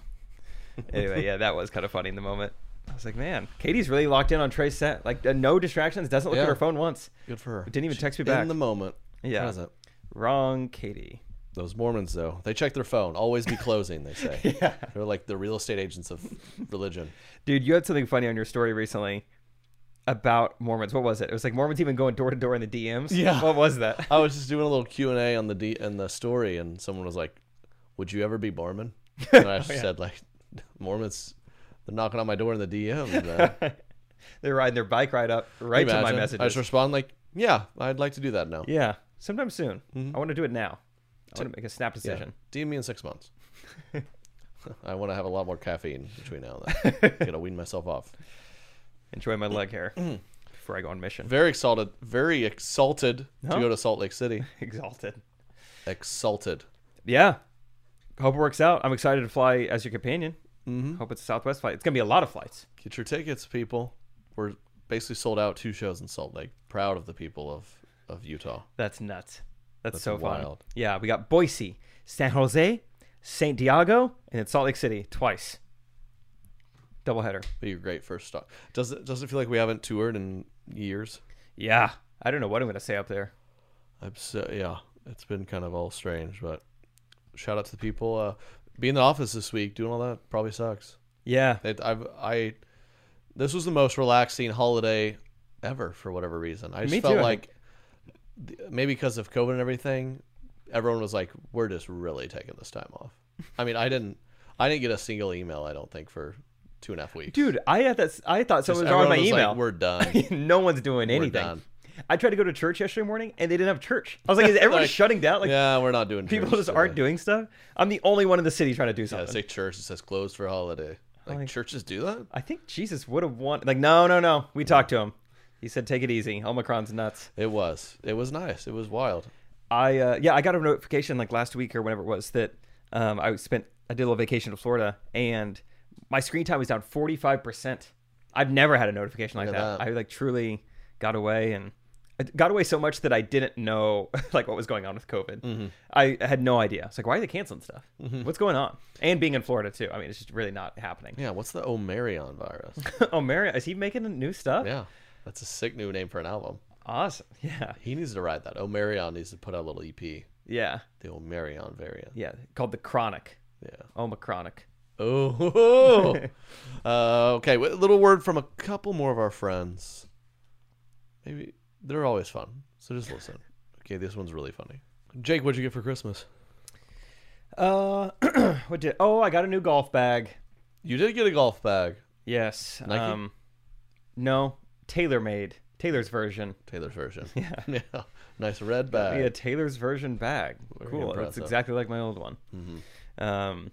Anyway, yeah, that was kind of funny in the moment. I was like, man, Katie's really locked in on Trey's set. Like, uh, no distractions. Doesn't look Yeah. at her phone once. Good for her. Didn't even She- text me back. in the moment. Yeah. Present. Wrong, Katie. Those Mormons, though, they check their phone. Always be closing. They say. They're like the real estate agents of religion. Dude, you had something funny on your story recently about Mormons. What was it? It was like Mormons even going door to door in the DMs. Yeah. What was that? I was just doing a little Q and A on the D and the story, and someone was like, "Would you ever be Mormon?" And Oh, I said, "Like, Mormons, they're knocking on my door in the DM." man." Can They're riding their bike right up, you right to my imagine? messages. I just respond like, "Yeah, I'd like to do that now." yeah, sometime soon. I want to do it now. I want to make a snap Mm-hmm. Yeah. decision. DM me in six months. I want to have a lot more caffeine between now and then. Gotta wean myself off. Enjoy Mm. my leg hair before I go on mission. Very exalted, very exalted Huh? to go to Salt Lake City. Exalted. Exalted. Yeah. Hope it works out. I'm excited to fly as your companion. Mm-hmm. Hope it's a Southwest flight. It's going to be a lot of flights. Get your tickets, people. We're basically sold out two shows in Salt Lake. Proud of the people of of Utah. That's nuts. That's, so fun. wild. Yeah, we got Boise, San Jose, St. Diego, and then Salt Lake City twice. Doubleheader. Be a great first stop. Does it does it feel like we haven't toured in years? Yeah. I don't know what I'm going to say up there. I'm so yeah. It's been kind of all strange, but shout out to the people. Uh, being in the office this week, doing all that probably sucks. Yeah. It, I've I this was the most relaxing holiday ever for whatever reason. I just Me felt too, I like th- maybe because of COVID and everything, everyone was like, "We're just really taking this time off." I mean, I didn't I didn't get a single email. I don't think for two and a half weeks. Dude, I had that. I thought Just someone was on my everyone was email. like, "We're done." no one's doing anything. done. I tried to go to church yesterday morning and they didn't have church. I was like, is everyone Like, shutting down? Like, yeah, we're not doing. people church just aren't today. doing stuff. I'm the only one in the city trying to do Yeah, something. say church. It says closed for holiday. Like, Like- churches do that. I think Jesus would have won. Like, no, no, no. We talked to him. He said, "Take it easy. Omicron's nuts." It was. It was nice. It was wild. I uh, yeah, I got a notification like last week or whenever it was that um, I spent I did a little vacation to Florida and my screen time was down forty five percent. I've never had a notification like Look that. at that. I like truly got away and I got away so much that I didn't know like what was going on with COVID. Mm-hmm. I had no idea. It's like why are they canceling stuff? What's going on? And being in Florida too. I mean, it's just really not happening. Yeah. What's the Omarion virus? oh, Mary, is he making new stuff? yeah, that's a sick new name for an album. Awesome. Yeah. He needs to ride that. Omarion needs to put out a little EP, the Yeah. Omarion variant. Yeah, called the Chronic. Yeah. Omicronic. Oh. ho, ho. uh, okay. A little word from a couple more of our friends. Maybe they're always fun, so just listen. Okay, this one's really funny. Jake, what'd you get for Christmas? Uh, what did? Oh, I got a new golf bag. You did get a golf bag, Yes. Nike? Um, no, Taylor made Taylor's version. Taylor's version. Yeah. Nice red bag. Yeah, Taylor's version bag. cool. That's impressive. Mm-hmm. exactly like my old one. Um,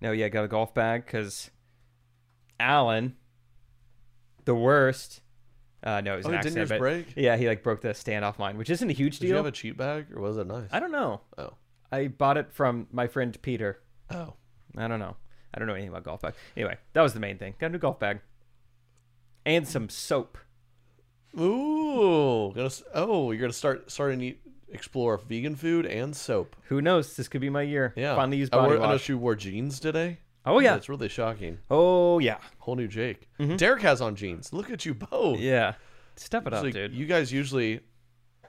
no, yeah, got a golf bag because Alan, the worst. Uh, no, it was Oh, an he didn't yours accident. but- break? Yeah, he like broke the stand off mine, which isn't a huge Did deal. you have a cheap bag or was it nice? I don't know. Oh. I bought it from my friend Peter. Oh. I don't know. I don't know anything about golf bag. Anyway, that was the main thing. Got a new golf bag and some soap. Ooh. Gonna, s- oh, you're going to start starting to eat, explore vegan food and soap. Who knows? This could be my year. Yeah. Finally used I wore- body I wash. noticed you wore jeans today. Oh yeah. That's really shocking. Oh yeah. Whole new Jake. Derek has on jeans. Look at you both. Yeah. Step it up, Usually- dude. You guys usually,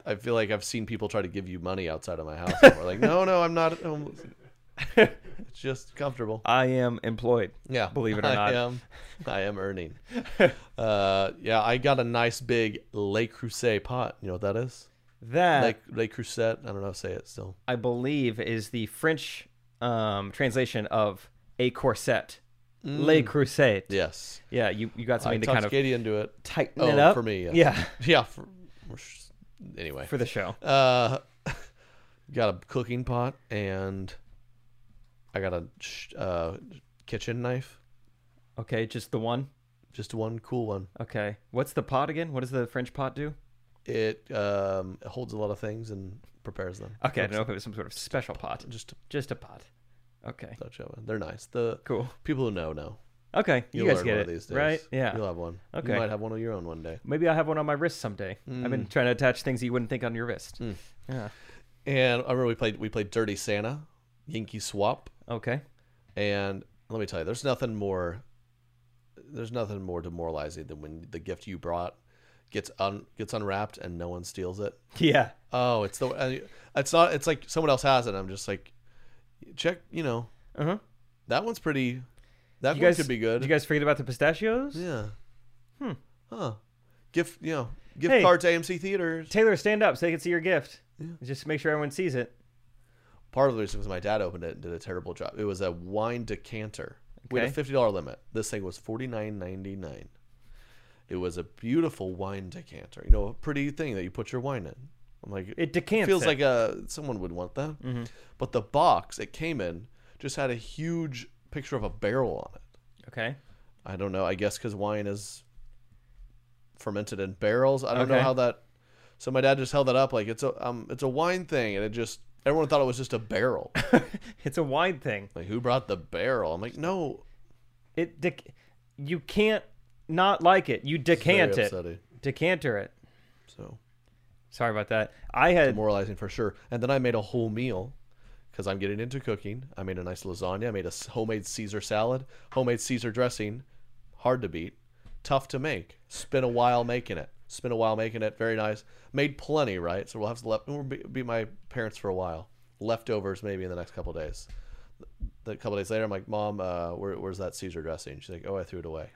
I feel like I've seen people try to give you money outside of my house. And we're like, no, no, I'm not. um, It's just comfortable. I am employed. Yeah, Believe it or not. I am. I am earning. uh, yeah, I got a nice big Le Creuset pot. You know what that is? That Like Le Creuset. I don't know how to say it still. I believe is the French um, translation of a corset. Mm. Le corset. Yeah. Yes. you, you got I something to talked kind of Katie Uh, into it. tighten Oh, it up. for me. Yeah. Yeah. Yeah, For, we're sh- anyway, For the show. uh, got a cooking pot and I got a sh- uh, kitchen knife. Okay, just the one. Just one cool one. Okay. What's the pot again? What does the French pot do? It um, holds a lot of things and prepares them. Okay, I don't know if it was some sort of special pot. Just a Just a pot. Okay. touch of it. They're nice. The Cool. people who know know. Okay, you You'll guys learn get one it, of these days. right? Yeah. You'll have one. Okay. You might have one of your own one day. Maybe I'll have one on my wrist someday. I've been Mm. trying to attach things that you wouldn't think on your wrist. Yeah. And I remember we played we played Dirty Santa, Yankee Swap, Okay. and let me tell you, there's nothing more there's nothing more demoralizing than when the gift you brought gets un gets unwrapped and no one steals it. Yeah. Oh, it's the I- it's not it's like someone else has it. I'm just like check, you know. Uh-huh. That one's pretty that You one guys could be Did good. you guys forget about the pistachios? yeah. Hmm. Huh. Gift, you know, gift Hey. card to AMC theaters. Taylor, stand up so they can see your gift. Just make sure everyone sees it. part of the reason was my dad opened it and did a terrible job. It was a wine decanter. We had a Okay. fifty dollar limit. This thing was forty nine ninety nine. It was a beautiful wine decanter. You know, a pretty thing that you put your wine in. I'm like, It Mm-hmm. decants Feels it. like a someone would want that. But the box it came in just had a huge picture of a barrel on it. Okay. I don't know. I guess because wine is fermented in barrels. I don't know Okay. how that. So my dad just held that up like it's a um it's a wine thing, and it just everyone thought it was just a barrel. It's a wine thing. Like, who brought the barrel? I'm like, no. It dec- you can't not like it. You decant Very it. upsetting. Decanter it. So Sorry about that. I had demoralizing for sure. And then I made a whole meal because I'm getting into cooking. I made a nice lasagna. I made a s- homemade Caesar salad, homemade Caesar dressing. Hard to beat, tough to make. Spent a while making it. Spent a while making it. Very nice. Made plenty, right? So we'll have to left. We'll be, be my parents for a while. Leftovers maybe in the next couple days. The- A couple days later, I'm like, Mom, uh, where, where's that Caesar dressing? She's like, Oh, I threw it away.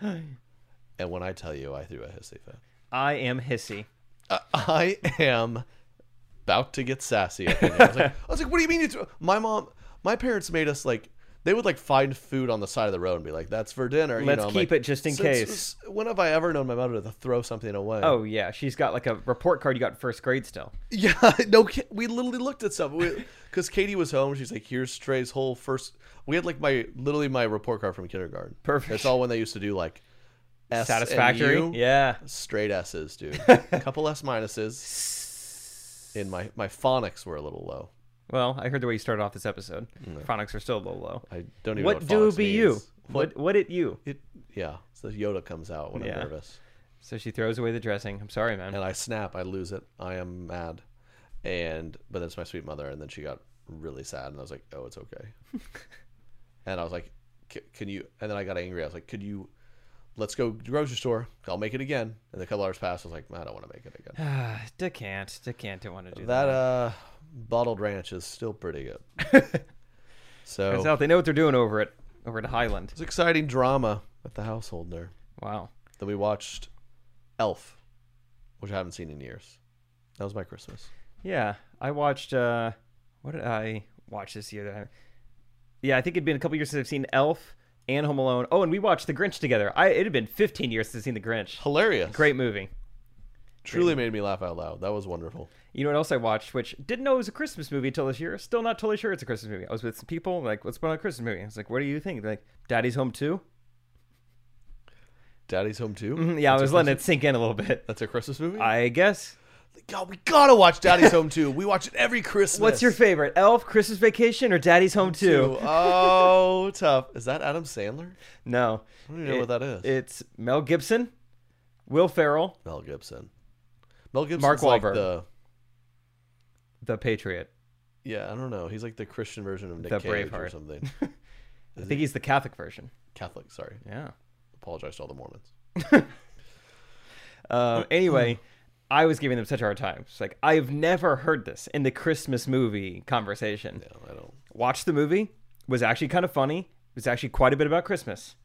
and when I tell you, I threw a hissy fit. I am hissy. I am about to get sassy. I, think. I was like, I was like, what do you mean? You threw-" my mom, my parents made us like, they would like find food on the side of the road and be like, that's for dinner. you Let's know, I'm keep like, it just in "Since- case." When have I ever known my mother to throw something away? Oh yeah, she's got like a report card you got in first grade still. Yeah, no, ki- we literally looked at stuff because Katie was home. She's like, "Here's Trey's whole first. We had like my literally my report card from kindergarten. Perfect. That's all when they used to do like S and Satisfactory. U. Yeah. straight S's, dude. A couple S minuses. And my my phonics were a little low. Well, I heard the way you started off this episode. Phonics are still a little low. Mm. I don't even. know what what do phonics be you? means. What what it you? It, yeah, so Yoda comes out when Yeah. I'm nervous, So she throws away the dressing. I'm sorry, man. and I snap. I lose it. I am mad, and but that's my sweet mother, and then she got really sad, and I was like, "Oh, it's okay." and I was like, "C- "Can you?" And then I got angry. I was like, "Could you?" Let's go to the grocery store. I'll make it again. And a couple hours passed. I was like, "I don't want to make it again." Ah, decant, decant. Don't want to do that. That uh, bottled ranch is still pretty good. so Turns out they know what they're doing over at over at Highland. It's exciting drama at the household there. Wow. Then we watched Elf, which I haven't seen in years. That was my Christmas. Yeah, I watched. uh What did I watch this year? That I, yeah, I think it'd been a couple years since I've seen Elf and Home Alone. Oh, and we watched The Grinch together. I it had been 15 years since I've seen The Grinch. Hilarious. Great movie. Truly made me laugh out loud. That was wonderful. You know what else I watched, which didn't know it was a Christmas movie until this year. Still not totally sure it's a Christmas movie. I was with some people, like, let's put on a Christmas movie. I was like, what do you think? They're like, Daddy's Home Too? Daddy's Home too. Yeah, I was letting it sink in a little bit. That's a Christmas movie. Mm-hmm. I guess. God, we gotta watch Daddy's Home too. We watch it every Christmas. What's your favorite, Elf, Christmas Vacation, or Daddy's Home Too? Oh, tough. Is that Adam Sandler? No. I don't even know It- what that is. It's Mel Gibson, Will Ferrell, Mel Gibson. Mel Gibson. Mark like Wahlberg. the The Patriot. yeah. I don't know. He's like the Christian version of Nick The Cage or Braveheart. something. I think he's the Catholic version. Catholic. Sorry. Yeah. Apologize to all the Mormons. Um, anyway, I was giving them such a hard time. It's like I've never heard this in the Christmas movie conversation. No, I don't. Watched the movie was actually kind of funny. It was actually quite a bit about Christmas.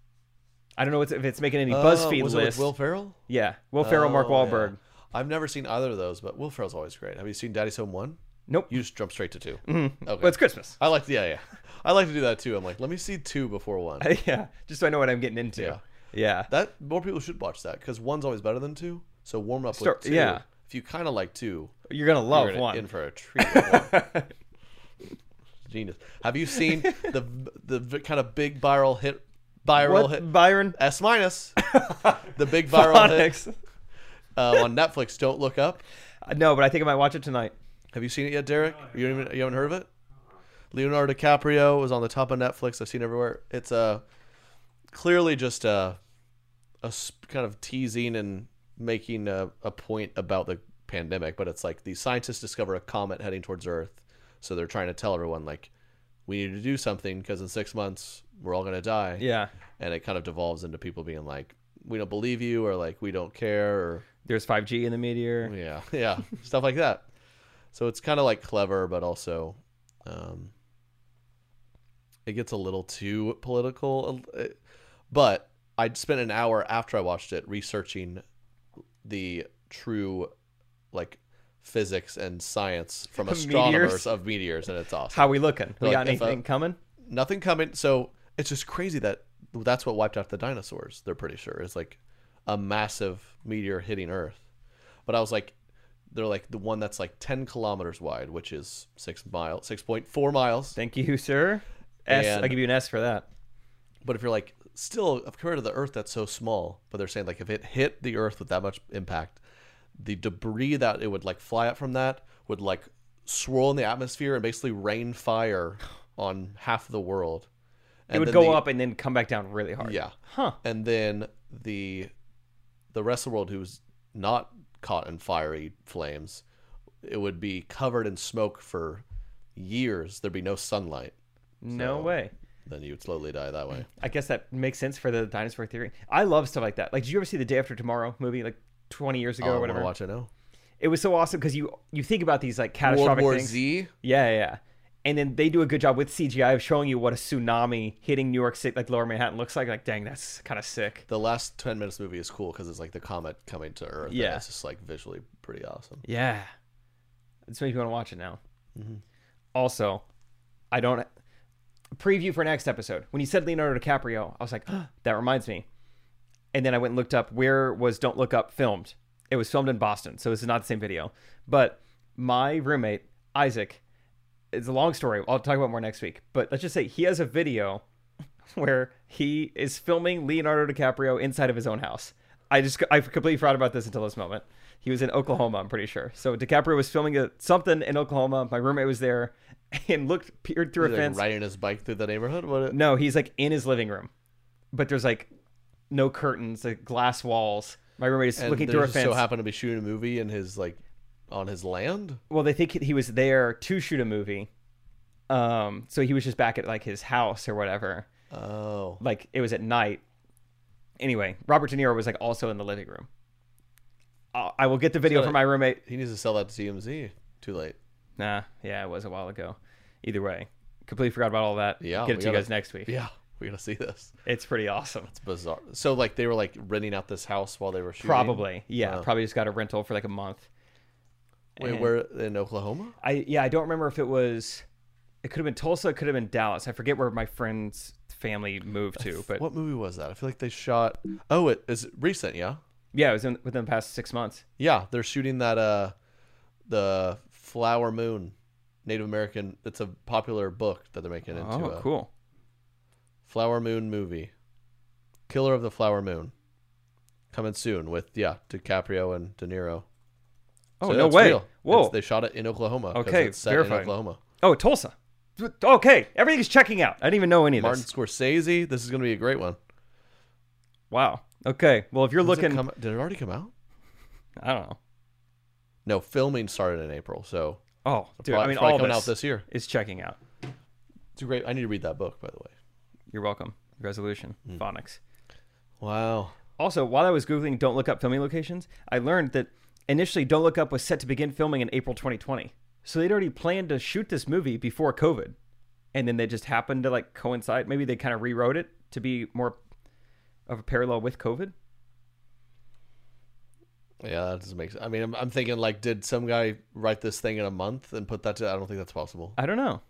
I don't know what's, if it's making any BuzzFeed Uh, was it with list. Will Ferrell. yeah, Will Ferrell, Mark Oh, yeah. Wahlberg. I've never seen either of those, but Will Ferrell's always great. Have you seen Daddy's Home One? Nope. You just jump straight to 2 Okay. Well, it's Christmas. I like. Yeah, yeah. I like to do that too. I'm like, let me see two before one. yeah, just so I know what I'm getting into. Yeah. Yeah. That more people should watch that because one's always better than two. So warm up Start- with two. yeah. If you kind of like two, You're gonna love you're in- one. in for a treat. with one. Genius. Have you seen the the v- kind of big viral hit? Viral what, hit. Byron? S minus. the big viral hit Phonics. uh, on Netflix. Don't look up. Uh, No, but I think I might watch it tonight. Have you seen it yet, Derek? You don't even you haven't heard of it? Leonardo DiCaprio was on the top of Netflix. I've seen it everywhere. It's a clearly just a a s- kind of teasing and making a, a point about the pandemic, but it's like the scientists discover a comet heading towards Earth, so they're trying to tell everyone like we need to do something because in six months we're all gonna die. Yeah. and it kind of devolves into people being like we don't believe you or like we don't care or There's 5G in the meteor. yeah, yeah, stuff like that. So it's kind of like clever, but also, um, it gets a little too political. uh, But I spent an hour after I watched it researching the true, like, physics and science from Of astronomers meteors? of meteors, and it's awesome. How we looking? We Like, got if, uh, anything coming? Nothing coming. So it's just crazy that that's what wiped out the dinosaurs. They're pretty sure it's like a massive meteor hitting Earth. But I was like, they're like the one that's like ten kilometers wide, which is six mile, six point four miles. Thank you, sir. S. And- will give you an S for that. But if you're like still compared to the Earth, that's so small. But they're saying like if it hit the Earth with that much impact, the debris that it would like fly up from that would like swirl in the atmosphere and basically rain fire on half of the world. It would go up and then come back down really hard. Yeah. Huh. And then the the rest of the world who's not caught in fiery flames, it would be covered in smoke for years. There'd be no sunlight. No So- way. Then you would slowly die that way. I guess that makes sense for the dinosaur theory. I love stuff like that. Like, did you ever see the Day After Tomorrow movie, like 20 years ago Oh, I or want to whatever? watch it now. It was so awesome because you you think about these like World catastrophic War things. Z. Yeah, yeah, yeah. And then they do a good job with CGI of showing you what a tsunami hitting New York City, like Lower Manhattan, looks like. Like, dang, that's kind of sick. The last ten minutes of the movie is cool because it's like the comet coming to Earth. and Yeah. it's just like visually pretty awesome. Yeah. This makes me want to watch it now. Mm-hmm. Also, I don't preview for next episode. When you said Leonardo DiCaprio, I was like, that reminds me. And then I went and looked up where was Don't Look Up filmed. It was filmed in Boston, so this is not the same video. But my roommate, Isaac, it's a long story. I'll talk about more next week. But let's just say he has a video where he is filming Leonardo DiCaprio inside of his own house. I just I completely forgot about this until this moment. He was in Oklahoma, I'm pretty sure. So DiCaprio was filming a, something in Oklahoma. My roommate was there and looked peered through He's a like fence. riding his bike through the neighborhood. What? No, he's like in his living room, but there's like no curtains, like glass walls. My roommate is And looking they through a just fence. so happened to be shooting a movie in his like on his land. well, they think he was there to shoot a movie, um, so he was just back at like his house or whatever. Oh, Like it was at night. Anyway, Robert De Niro was like also in the living room. Uh, I I will get the video gotta- from my roommate. he needs to sell that to TMZ. Too late. Nah, yeah, it was a while ago. Either way, completely forgot about all that. Yeah, get it we to you gotta- guys next week. Yeah, we gotta see this. It's pretty awesome. It's bizarre. So like they were like renting out this house while they were shooting. Probably, yeah, probably just got a rental for like a month. Wait, where in Oklahoma? I yeah, I don't remember if it was. It could have been Tulsa. It could have been Dallas. I forget where my friend's family moved to, but What movie was that? I feel like they shot. Oh, it is it recent. Yeah, Yeah, it was in, within the past six months. Yeah, they're shooting that uh the Flower Moon Native American it's a popular book that they're making into Oh, a cool. Flower Moon movie. Killer of the Flower Moon. Coming soon with yeah, DiCaprio and De Niro. Oh So no it's way! real. Whoa! It's- they shot it in Oklahoma. 'cause Okay, it's set verified. in Oklahoma. Oh, Tulsa. Okay, everything's checking out. I didn't even know any of Martin this. Scorsese. This is going to be a great one. Wow. Okay. Well, if you're When's it looking, come- did it already come out? I don't know. No, filming started in April, so Oh, probably- dude. I mean, probably all coming this, out this year. is checking out. it's a great. I need to read that book, by the way. You're welcome. Resolution Hmm. phonics. Wow. Also, while I was googling "Don't Look Up" filming locations, I learned that initially "Don't Look Up" was set to begin filming in April 2020. So they'd already planned to shoot this movie before COVID, and then they just happened to like coincide. Maybe they kind of rewrote it to be more of a parallel with COVID. Yeah, that doesn't make sense. I mean, I'm, I'm thinking like, did some guy write this thing in a month and put that to? I don't think that's possible. I don't know.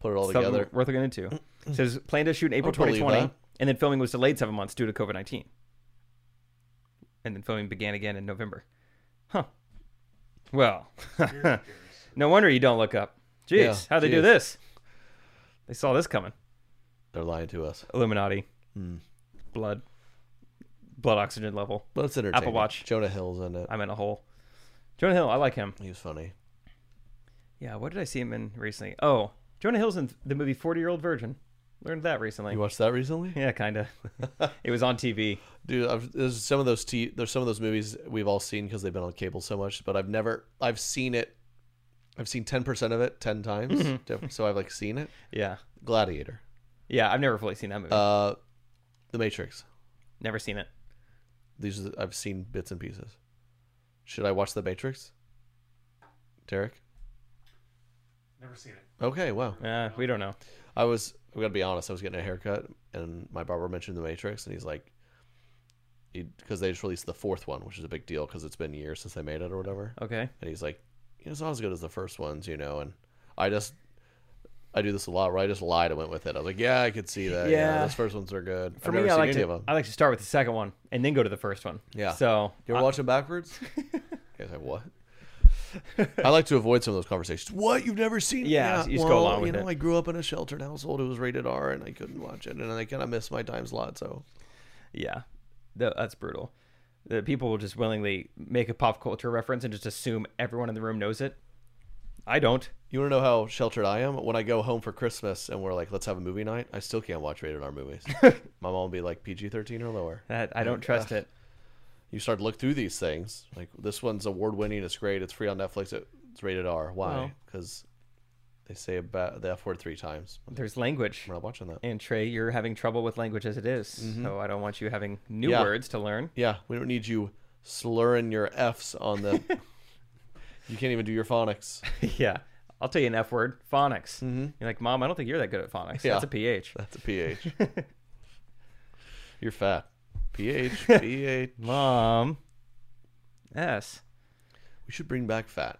Put it all Something together. Oh, worth looking into. It says planned to shoot in April would believe 2020, that. and then filming was delayed seven months due to COVID 19. And then filming began again in November. Huh. Well, no wonder you don't look up. Jeez, Yeah, how'd they do jeez. this? They saw this coming. They're lying to us. Illuminati. Hmm. Blood. Blood oxygen level. But it's entertaining. Watch. Jonah Hill's in it. I'm in a hole. Jonah Hill, I like him. He was funny. Yeah, what did I see him in recently? Oh, Jonah Hill's in the movie 40 Year Old Virgin. Learned that recently. You watched that recently, Yeah, kind of. it was on TV. dude? I've, there's some of those. T, there's some of those movies we've all seen because they've been on cable so much. But I've never. I've seen it. I've seen ten percent of it ten times. Mm-hmm. Def- so I've like seen it. Yeah. Gladiator. Yeah, I've never fully seen that movie. Uh, The Matrix. never seen it. These are the, I've seen bits and pieces. Should I watch The Matrix? Derek. Never seen it. Okay. Wow. Uh, we don't know. I was. I'm gonna be honest. I was getting a haircut, and my barber mentioned The Matrix, and he's like, because they just released the fourth one, which is a big deal because it's been years since they made it or whatever. Okay. And he's like, you know, it's not as good as the first ones, you know. And I just, I do this a lot, where I just lied and went with it. I was like, yeah, I could see that. Yeah, Yeah. those first ones are good. For I've me, never I seen like any to of them. I like to start with the second one and then go to the first one. Yeah. So You ever watch them backwards? Guys, like what? I like to avoid some of those conversations. What you've never seen? Yeah, you just go along you with know, it. I grew up in a sheltered household. It was rated R, and I couldn't watch it, and I kind of missed my time slot. So yeah, Th- that's brutal. The people will just willingly make a pop culture reference and just assume everyone in the room knows it. I don't. you want to know how sheltered I am? When I go home for Christmas and we're like, let's have a movie night, I still can't watch rated R movies. my mom will be like PG thirteen or lower. uh, That Uh, I don't trust it. You start to look through these things. Like this one's award winning. It's great. It's free on Netflix. It- It's rated R. Well. Why? Because they say about the F word three times. There's language. We're not watching that. And Trey, you're having trouble with language as it is, so I don't want you having new Yeah. words to learn. Yeah, we don't need you slurring your F's on the. you can't even do your phonics. yeah. I'll tell you an F word, phonics. You're like, Mom, I don't think you're that good at phonics. Mm-hmm. Yeah. That's a PH. That's a pH. You're fat. PH, PH. Mom. S. We should bring back fat.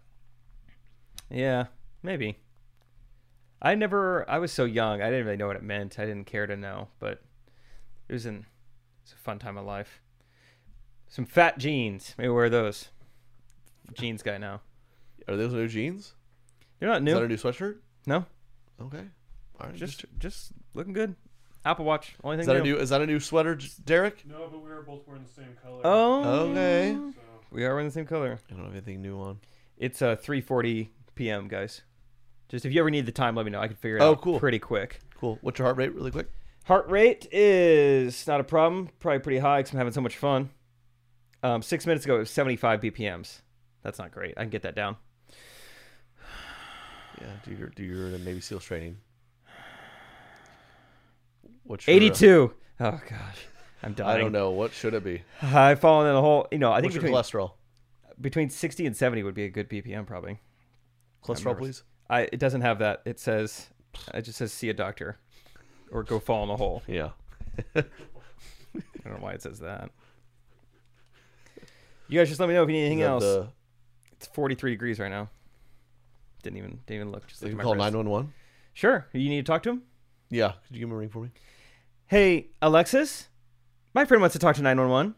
Yeah, maybe. I never. I was so young. I didn't really know what it meant. I didn't care to know, but it was an. It's a fun time of life. Some fat jeans. Maybe wear those. Jeans guy now. Are those new jeans? They're not Is new. that a new sweatshirt? no, Okay. All right. Just, just just looking good. Apple Watch. Only is thing that a new. new is that a new sweater, J- Derek? No, but we were both wearing the same color. Oh, Okay. I So we are wearing the same color. don't have anything new on. It's uh 3:40 p.m. guys. Just if you ever need the time, let me know. I can figure it Oh, out cool. pretty quick. Cool. What's your heart rate, really quick? Heart rate is not a problem. Probably pretty high because I'm having so much fun. Um, six minutes ago, it was 75 BPMs. That's not great. I can get that down. Yeah. Do your do your Navy SEALs training. What's your, 82. Oh, gosh. I'm dying. I don't know. What should it be? I've fallen in a hole. You know, I think What's your between, cholesterol? between 60 and 70 would be a good BPM, probably. Cholesterol, please. I It doesn't have that. It says, it just says see a doctor or go fall in a hole. Yeah. I don't know why it says that. You guys just let me know if you need anything Is that else. the- It's 43 degrees right now. Didn't even didn't even look. Just They look can at my call wrist. nine one one. Sure. You need to talk to him? Yeah, could you give him a ring for me? Hey, Alexis? My friend wants to talk to 911.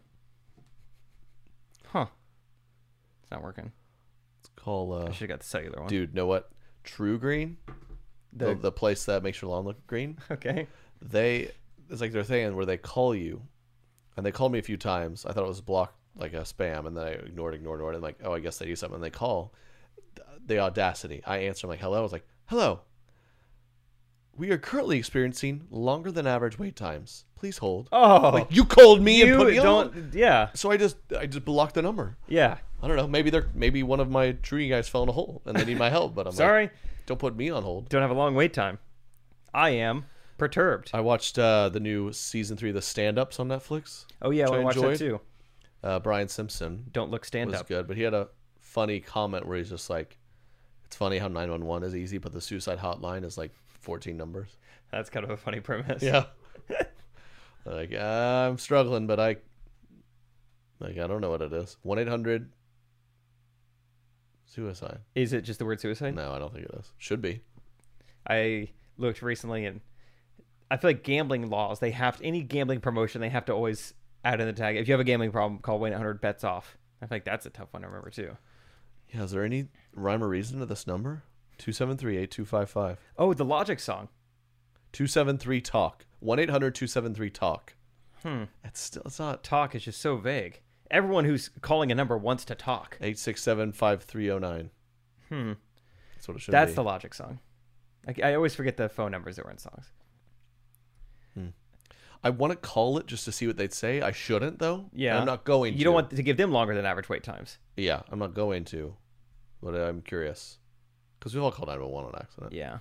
It's not working. Call uh, I should have got the cellular one. dude. Know what? True Green, the, the place that makes your lawn look green. Okay. They it's like their thing where they call you, and they called me a few times. I thought it was blocked like a spam, and then I ignored, ignored, ignored. And like, oh, I guess they do something. And they call. The audacity! I answer I'm like, hello. I was like, hello. We are currently experiencing longer than average wait times. Please hold. Oh, like you called me you and put me don't. on. Yeah, So I just I just blocked the number. yeah. I don't know. Maybe they're maybe one of my tree guys fell in a hole and they need my help. But I'm Sorry, like, don't put me on hold. don't have a long wait time. I am perturbed. I watched uh, the new season three of The Stand Ups on Netflix. oh yeah, I which want to watch that enjoyed. too. Uh, Brian Simpson Don't look stand was up. good, but he had a funny comment where he's just like, "It's funny how 911 is easy, but the suicide hotline is like 14 numbers." That's kind of a funny premise. Yeah. like I'm struggling, but I like I don't know what it is. One eight hundred suicide. Is it just the word suicide? No, I don't think it is. Should be. I looked recently and I feel like gambling laws, they have any gambling promotion, they have to always add in the tag. If you have a gambling problem, call 1 800 bets off. I feel like that's a tough one to remember too. Yeah, is there any rhyme or reason to this number? 273-8255. Oh, the Logic song. 273 talk. 1-800-273-talk. Hmm. It's still it's not Talk is just so vague. Everyone who's calling a number wants to talk. 867-5309. Hmm. That's what it should That's be. the Logic song. I, I always forget the phone numbers that were in songs. I want to call it just to see what they'd say. I shouldn't though. Yeah. And I'm not going to. You don't want to give them longer than average wait times. Yeah, I'm not going to. But I'm curious. Cuz we've all called 911 on accident. Yeah.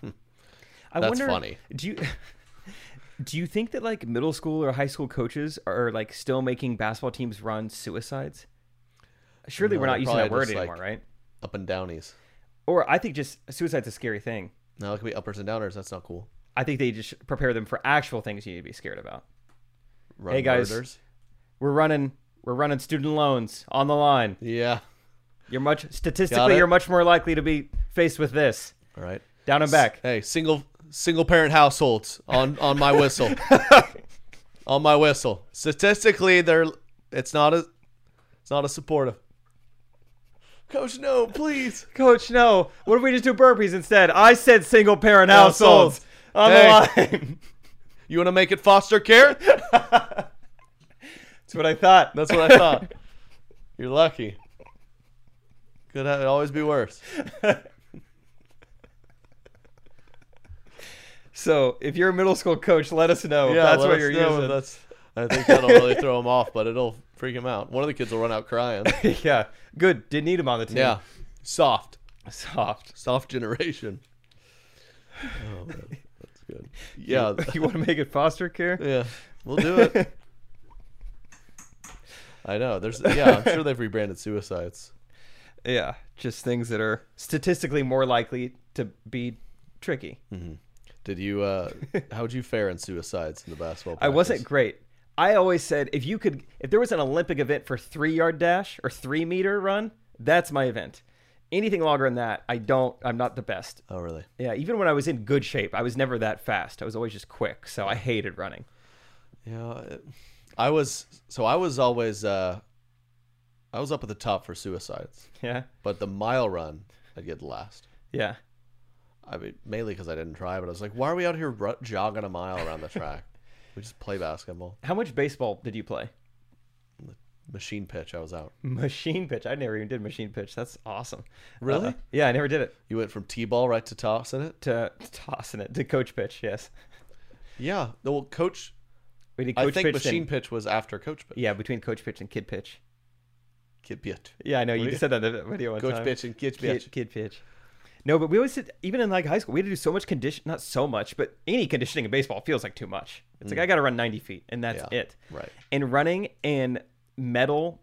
I Hmm. That's funny. Do you do you think that like middle school or high school coaches are like still making basketball teams run suicides? Surely No, we're not they're using that probably word just, anymore, like- right? Up and downies. Or I think just suicide's a scary thing. Now it could be uppers and downers. That's not cool. I think they just prepare them for actual things you need to be scared about. Run Hey, guys. murders. We're running we're running student loans on the line. Yeah. You're much Got statistically it. you're much more likely to be faced with this. All right. Down and back. Hey, single single parent households on on my whistle. on my whistle. Statistically, they're it's not a it's not a supportive. Coach, no, please. Coach, no. What if we just do burpees instead? I said single parent Households. households on the Hey. line. You want to make it foster care? That's what I thought. That's what I thought. You're lucky. Could ha- always be worse. So if you're a middle school coach, let us know. if Yeah, that's let what us you're know if using. That's, I think that'll really throw him off, but it'll freak him out. One of the kids will run out crying. yeah, good. Didn't need him on the team. Yeah, soft. soft. soft generation. Oh, man. that's good. Yeah, You want to make it foster care? yeah, we'll do it. I know. There's yeah, I'm sure they've rebranded suicides. Yeah, just things that are statistically more likely to be tricky. Mm-hmm. Did you? uh How'd you fare in suicides in the basketball? I Practice? wasn't great. I always said if you could, if there was an Olympic event for three yard dash or three meter run, that's my event. Anything longer than that, I don't. I'm not the best. Oh really? Yeah, even when I was in good shape, I was never that fast. I was always just quick, so I hated running. Yeah, it- I was. So I was always. uh I was up at the top for suicides, Yeah, but the mile run I'd get last. yeah. I mean, mainly because I didn't try, but I was like, why are we out here ru- jogging a mile around the track? we just play basketball. How much baseball did you play? Machine pitch, I was out. Machine pitch. I never even did machine pitch. That's awesome. Really? Uh, yeah, I never did it. You went from T-ball right to toss in it? To, to tossing it to coach pitch. Yes, Yeah. No, well, coach, we did coach I think pitch. machine then- pitch was after coach pitch. Yeah, between coach pitch and kid pitch. Kid pitch. Yeah, I know you Really? said that in the video one Coach time. pitch and kid Kid, pitch. kid pitch. No, but we always did, even in like high school, we had to do so much condition. Not so much, but any conditioning in baseball feels like too much. It's like I got to run ninety feet, and that's Mm. Yeah, it. right. And running in metal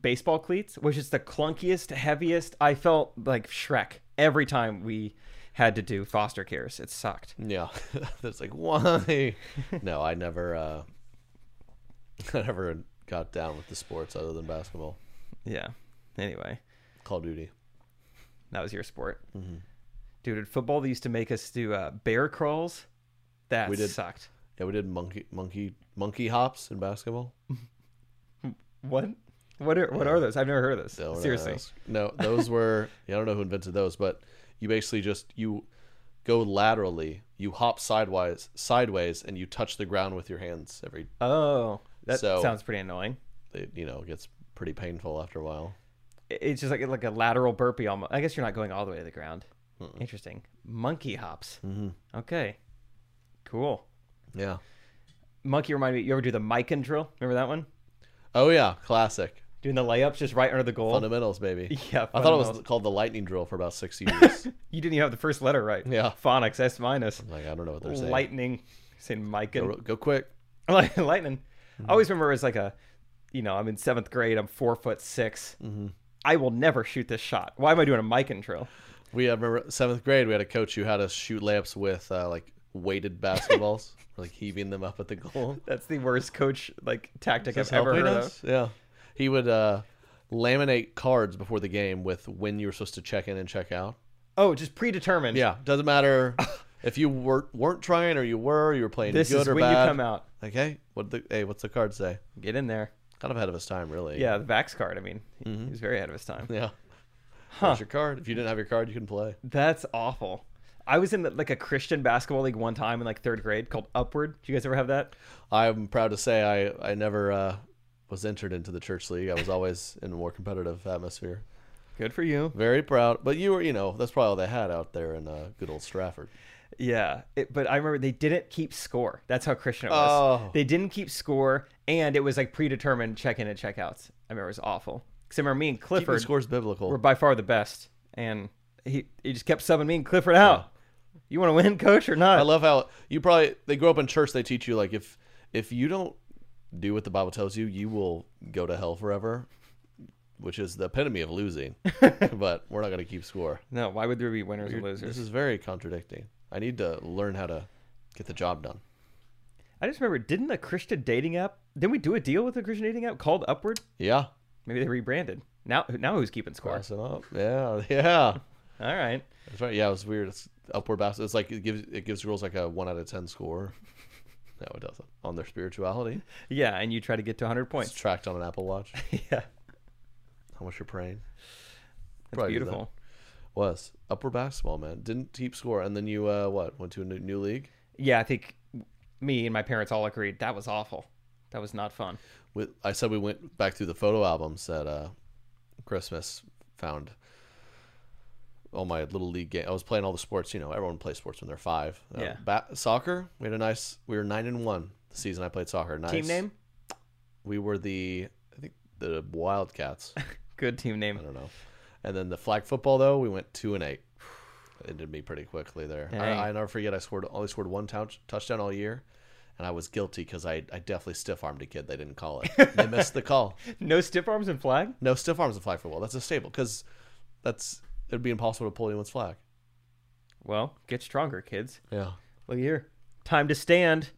baseball cleats was just the clunkiest, heaviest. I felt like Shrek every time we had to do foster cares. It sucked. Yeah. That's like, why? no, I never, uh, I never got down with the sports other than basketball. Yeah. Anyway, Call of Duty. that was your sport, Mm-hmm. dude. In football, they used to make us do uh, bear crawls. That We did. sucked. Yeah, we did monkey, monkey, monkey hops in basketball. What? What are what are those? I've never heard of this. Don't Seriously. ask. No, those were yeah, I don't know who invented those, but you basically just you go laterally, you hop sideways sideways and you touch the ground with your hands every Oh, that So- sounds pretty annoying. it, you know, it gets pretty painful after a while. I- It's just like like a lateral burpee almost. I guess you're not going all the way to the ground. Interesting. Monkey hops. Mm-hmm. Okay. Cool. Yeah. Monkey reminded me. You ever do the Mikan drill? Remember that one? Oh yeah, classic. Doing the layups just right under the goal. Fundamentals, baby. Yeah, I thought it was fundamentals. called the lightning drill for about six years. You didn't even have the first letter right. Yeah. Phonics S minus. like I don't know what they're saying. Lightning. Saying Go, Mikan. go quick. Like lightning. I Mm-hmm. always remember as like a, you know, I'm in seventh grade. I'm four foot 6 Mm-hmm. I will never shoot this shot. Why am I doing a Mikan drill? We have remember seventh grade. We had a coach who had us shoot layups with uh, like weighted basketballs, like heaving them up at the goal. That's the worst coach like tactic I've Just ever helping heard us? Yeah. He would uh, laminate cards before the game with when you were supposed to check in and check out. of. Oh, just predetermined. Yeah. Doesn't matter if you were, weren't trying or you were, you were playing This good is or when bad. you come out. Okay. What the, hey, what's the card say? Get in there. Kind of ahead of his time, really. Yeah, the Vax card. I mean, he- Mm-hmm. he was very ahead of his time. Yeah. Here's your card. If you didn't have your card, you couldn't play. That's awful. I was in like a Christian basketball league one time in like third grade called Upward. Do you guys ever have that? I'm proud to say I, I never uh, was entered into the church league. I was always in a more competitive atmosphere. Good for you. Very proud. But you were, you know, that's probably all they had out there in uh, good old Stratford. Yeah, it, but I remember they didn't keep score. That's how Christian it was. Oh. They didn't keep score, and it was like predetermined check in and check outs. I remember it was awful. Because I remember me and Keeping Clifford scores biblical. were by far the best, and he he just kept subbing me and Clifford out. You want to win, coach, or not? I love how you probably they grow up in church. They teach you like if if you don't do what the Bible tells you, you will go to hell forever, which is the epitome of losing. but we're not going to keep score. no, why would there be winners or losers? This is very contradicting. I need to learn how to get the job done. I just remember, didn't a Christian dating app? Didn't we do a deal with a Christian dating app called Upward? Yeah, Maybe they rebranded. Now, now who's keeping score? cross it up. Yeah, yeah. All right. That's right. Yeah, it was weird. It's upward basket. It's like it gives it gives girls like a one out of ten score. No, it doesn't. On their spirituality, Yeah, and you try to get to 100 it's points. tracked on an Apple Watch. yeah, How much you're praying? that's Probably do that. beautiful. Was upward basketball, man. Didn't keep score, and then you uh, what went to a new, new league Yeah, I think me and my parents all agreed that was awful. That was not fun. with. I said we went back through the photo albums that uh, Christmas found. All my little league game. I was playing all the sports. You know, everyone plays sports when they're five. Uh, Yeah. ba- soccer. We had a nice. We were nine and one the season I played soccer. Nice Team name? We were the. I think the Wildcats. I Good team name. don't know. And then the flag football though, we went two and eight. It did me pretty quickly there. Dang. I, I never forget. I scored only scored one touch, touchdown all year, and I was guilty because I, I definitely stiff armed a kid. They didn't call it. They missed the call. No stiff arms and flag? No stiff arms in flag football. That's a staple because that's it'd be impossible to pull anyone's flag. Well, get stronger, kids. Yeah. Look here. Time to stand.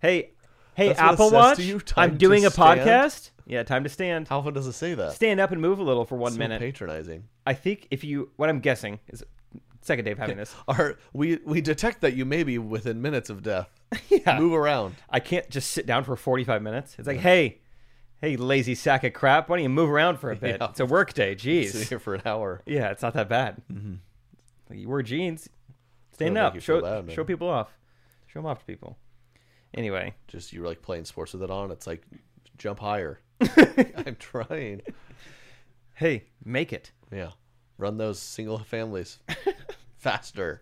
Hey, hey, That's what it Apple says to Watch. you, time I'm doing to a stand. podcast. Yeah, time to stand. How often does it say that? Stand up and move a little for one So minute. patronizing. I think if you, what I'm guessing is second day of having this. Or we we detect that you may be within minutes of death. Yeah. Move around. I can't just sit down for 45 minutes. It's like, hey, hey, lazy sack of crap. Why don't you move around for a bit? Yeah. It's a work day. Sit Jeez. here for an hour. Yeah, it's not that bad. Mm-hmm. You wear jeans. Stand It'll make up. you Show, feel bad, man. show people off. Show them off to people. Anyway, just you're like playing sports with it on. It's like jump higher. I'm trying. hey, make it. Yeah, run those single families faster.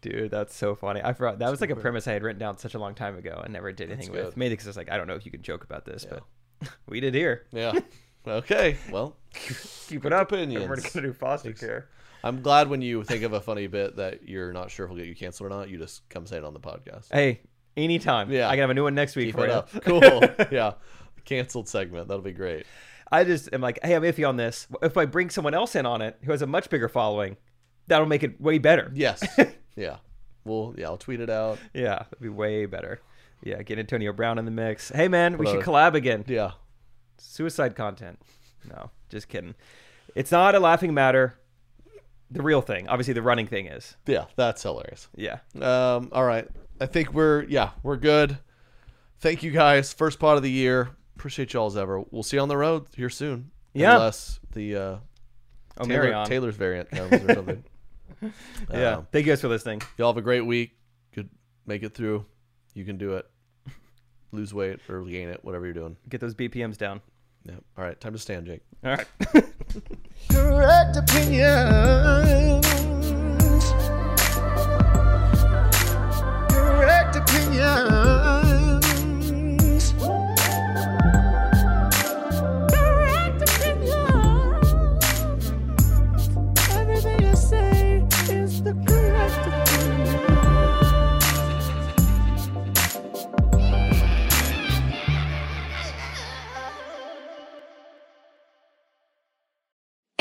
Dude, that's so funny. I forgot. That was like a premise I had written down such a long time ago and never did anything with. good. Mainly because it's like, I don't know if you can joke about this, but we did here. Yeah. Okay. Well, Keep it up. opinions. And we're going to do foster care. I'm glad when you think of a funny bit that you're not sure if will get you canceled or not. You just come say it on the podcast. Hey, anytime. Yeah. I can have a new one next week Keep for it you. up. Cool. yeah. Canceled segment. That'll be great. I just am like, hey, I'm iffy on this. If I bring someone else in on it who has a much bigger following, that'll make it way better. Yes. yeah. Well, yeah. I'll tweet it out. Yeah, that'd be way better. Yeah, get Antonio Brown in the mix. Hey, man, we should Hello. collab again. Yeah. Suicide content. No, just kidding. It's not a laughing matter. The real thing, obviously, the running thing is. Yeah. That's hilarious. Yeah. Um, all right. I think we're yeah, we're good. Thank you guys. First part of the year. appreciate y'all as ever. We'll see you on the road here soon. Yeah. Unless the uh, Oh, Taylor, Marion. Taylor's variant comes or something. Yeah. Um, Thank you guys for listening. y'all have a great week. Good, make it through. You can do it. Lose weight or gain it, whatever you're doing. Get those BPMs down. Yep. All right, time to stand, Jake. All right. Correct opinions. Correct opinions. Correct opinions. Everything I say is the correct opinion.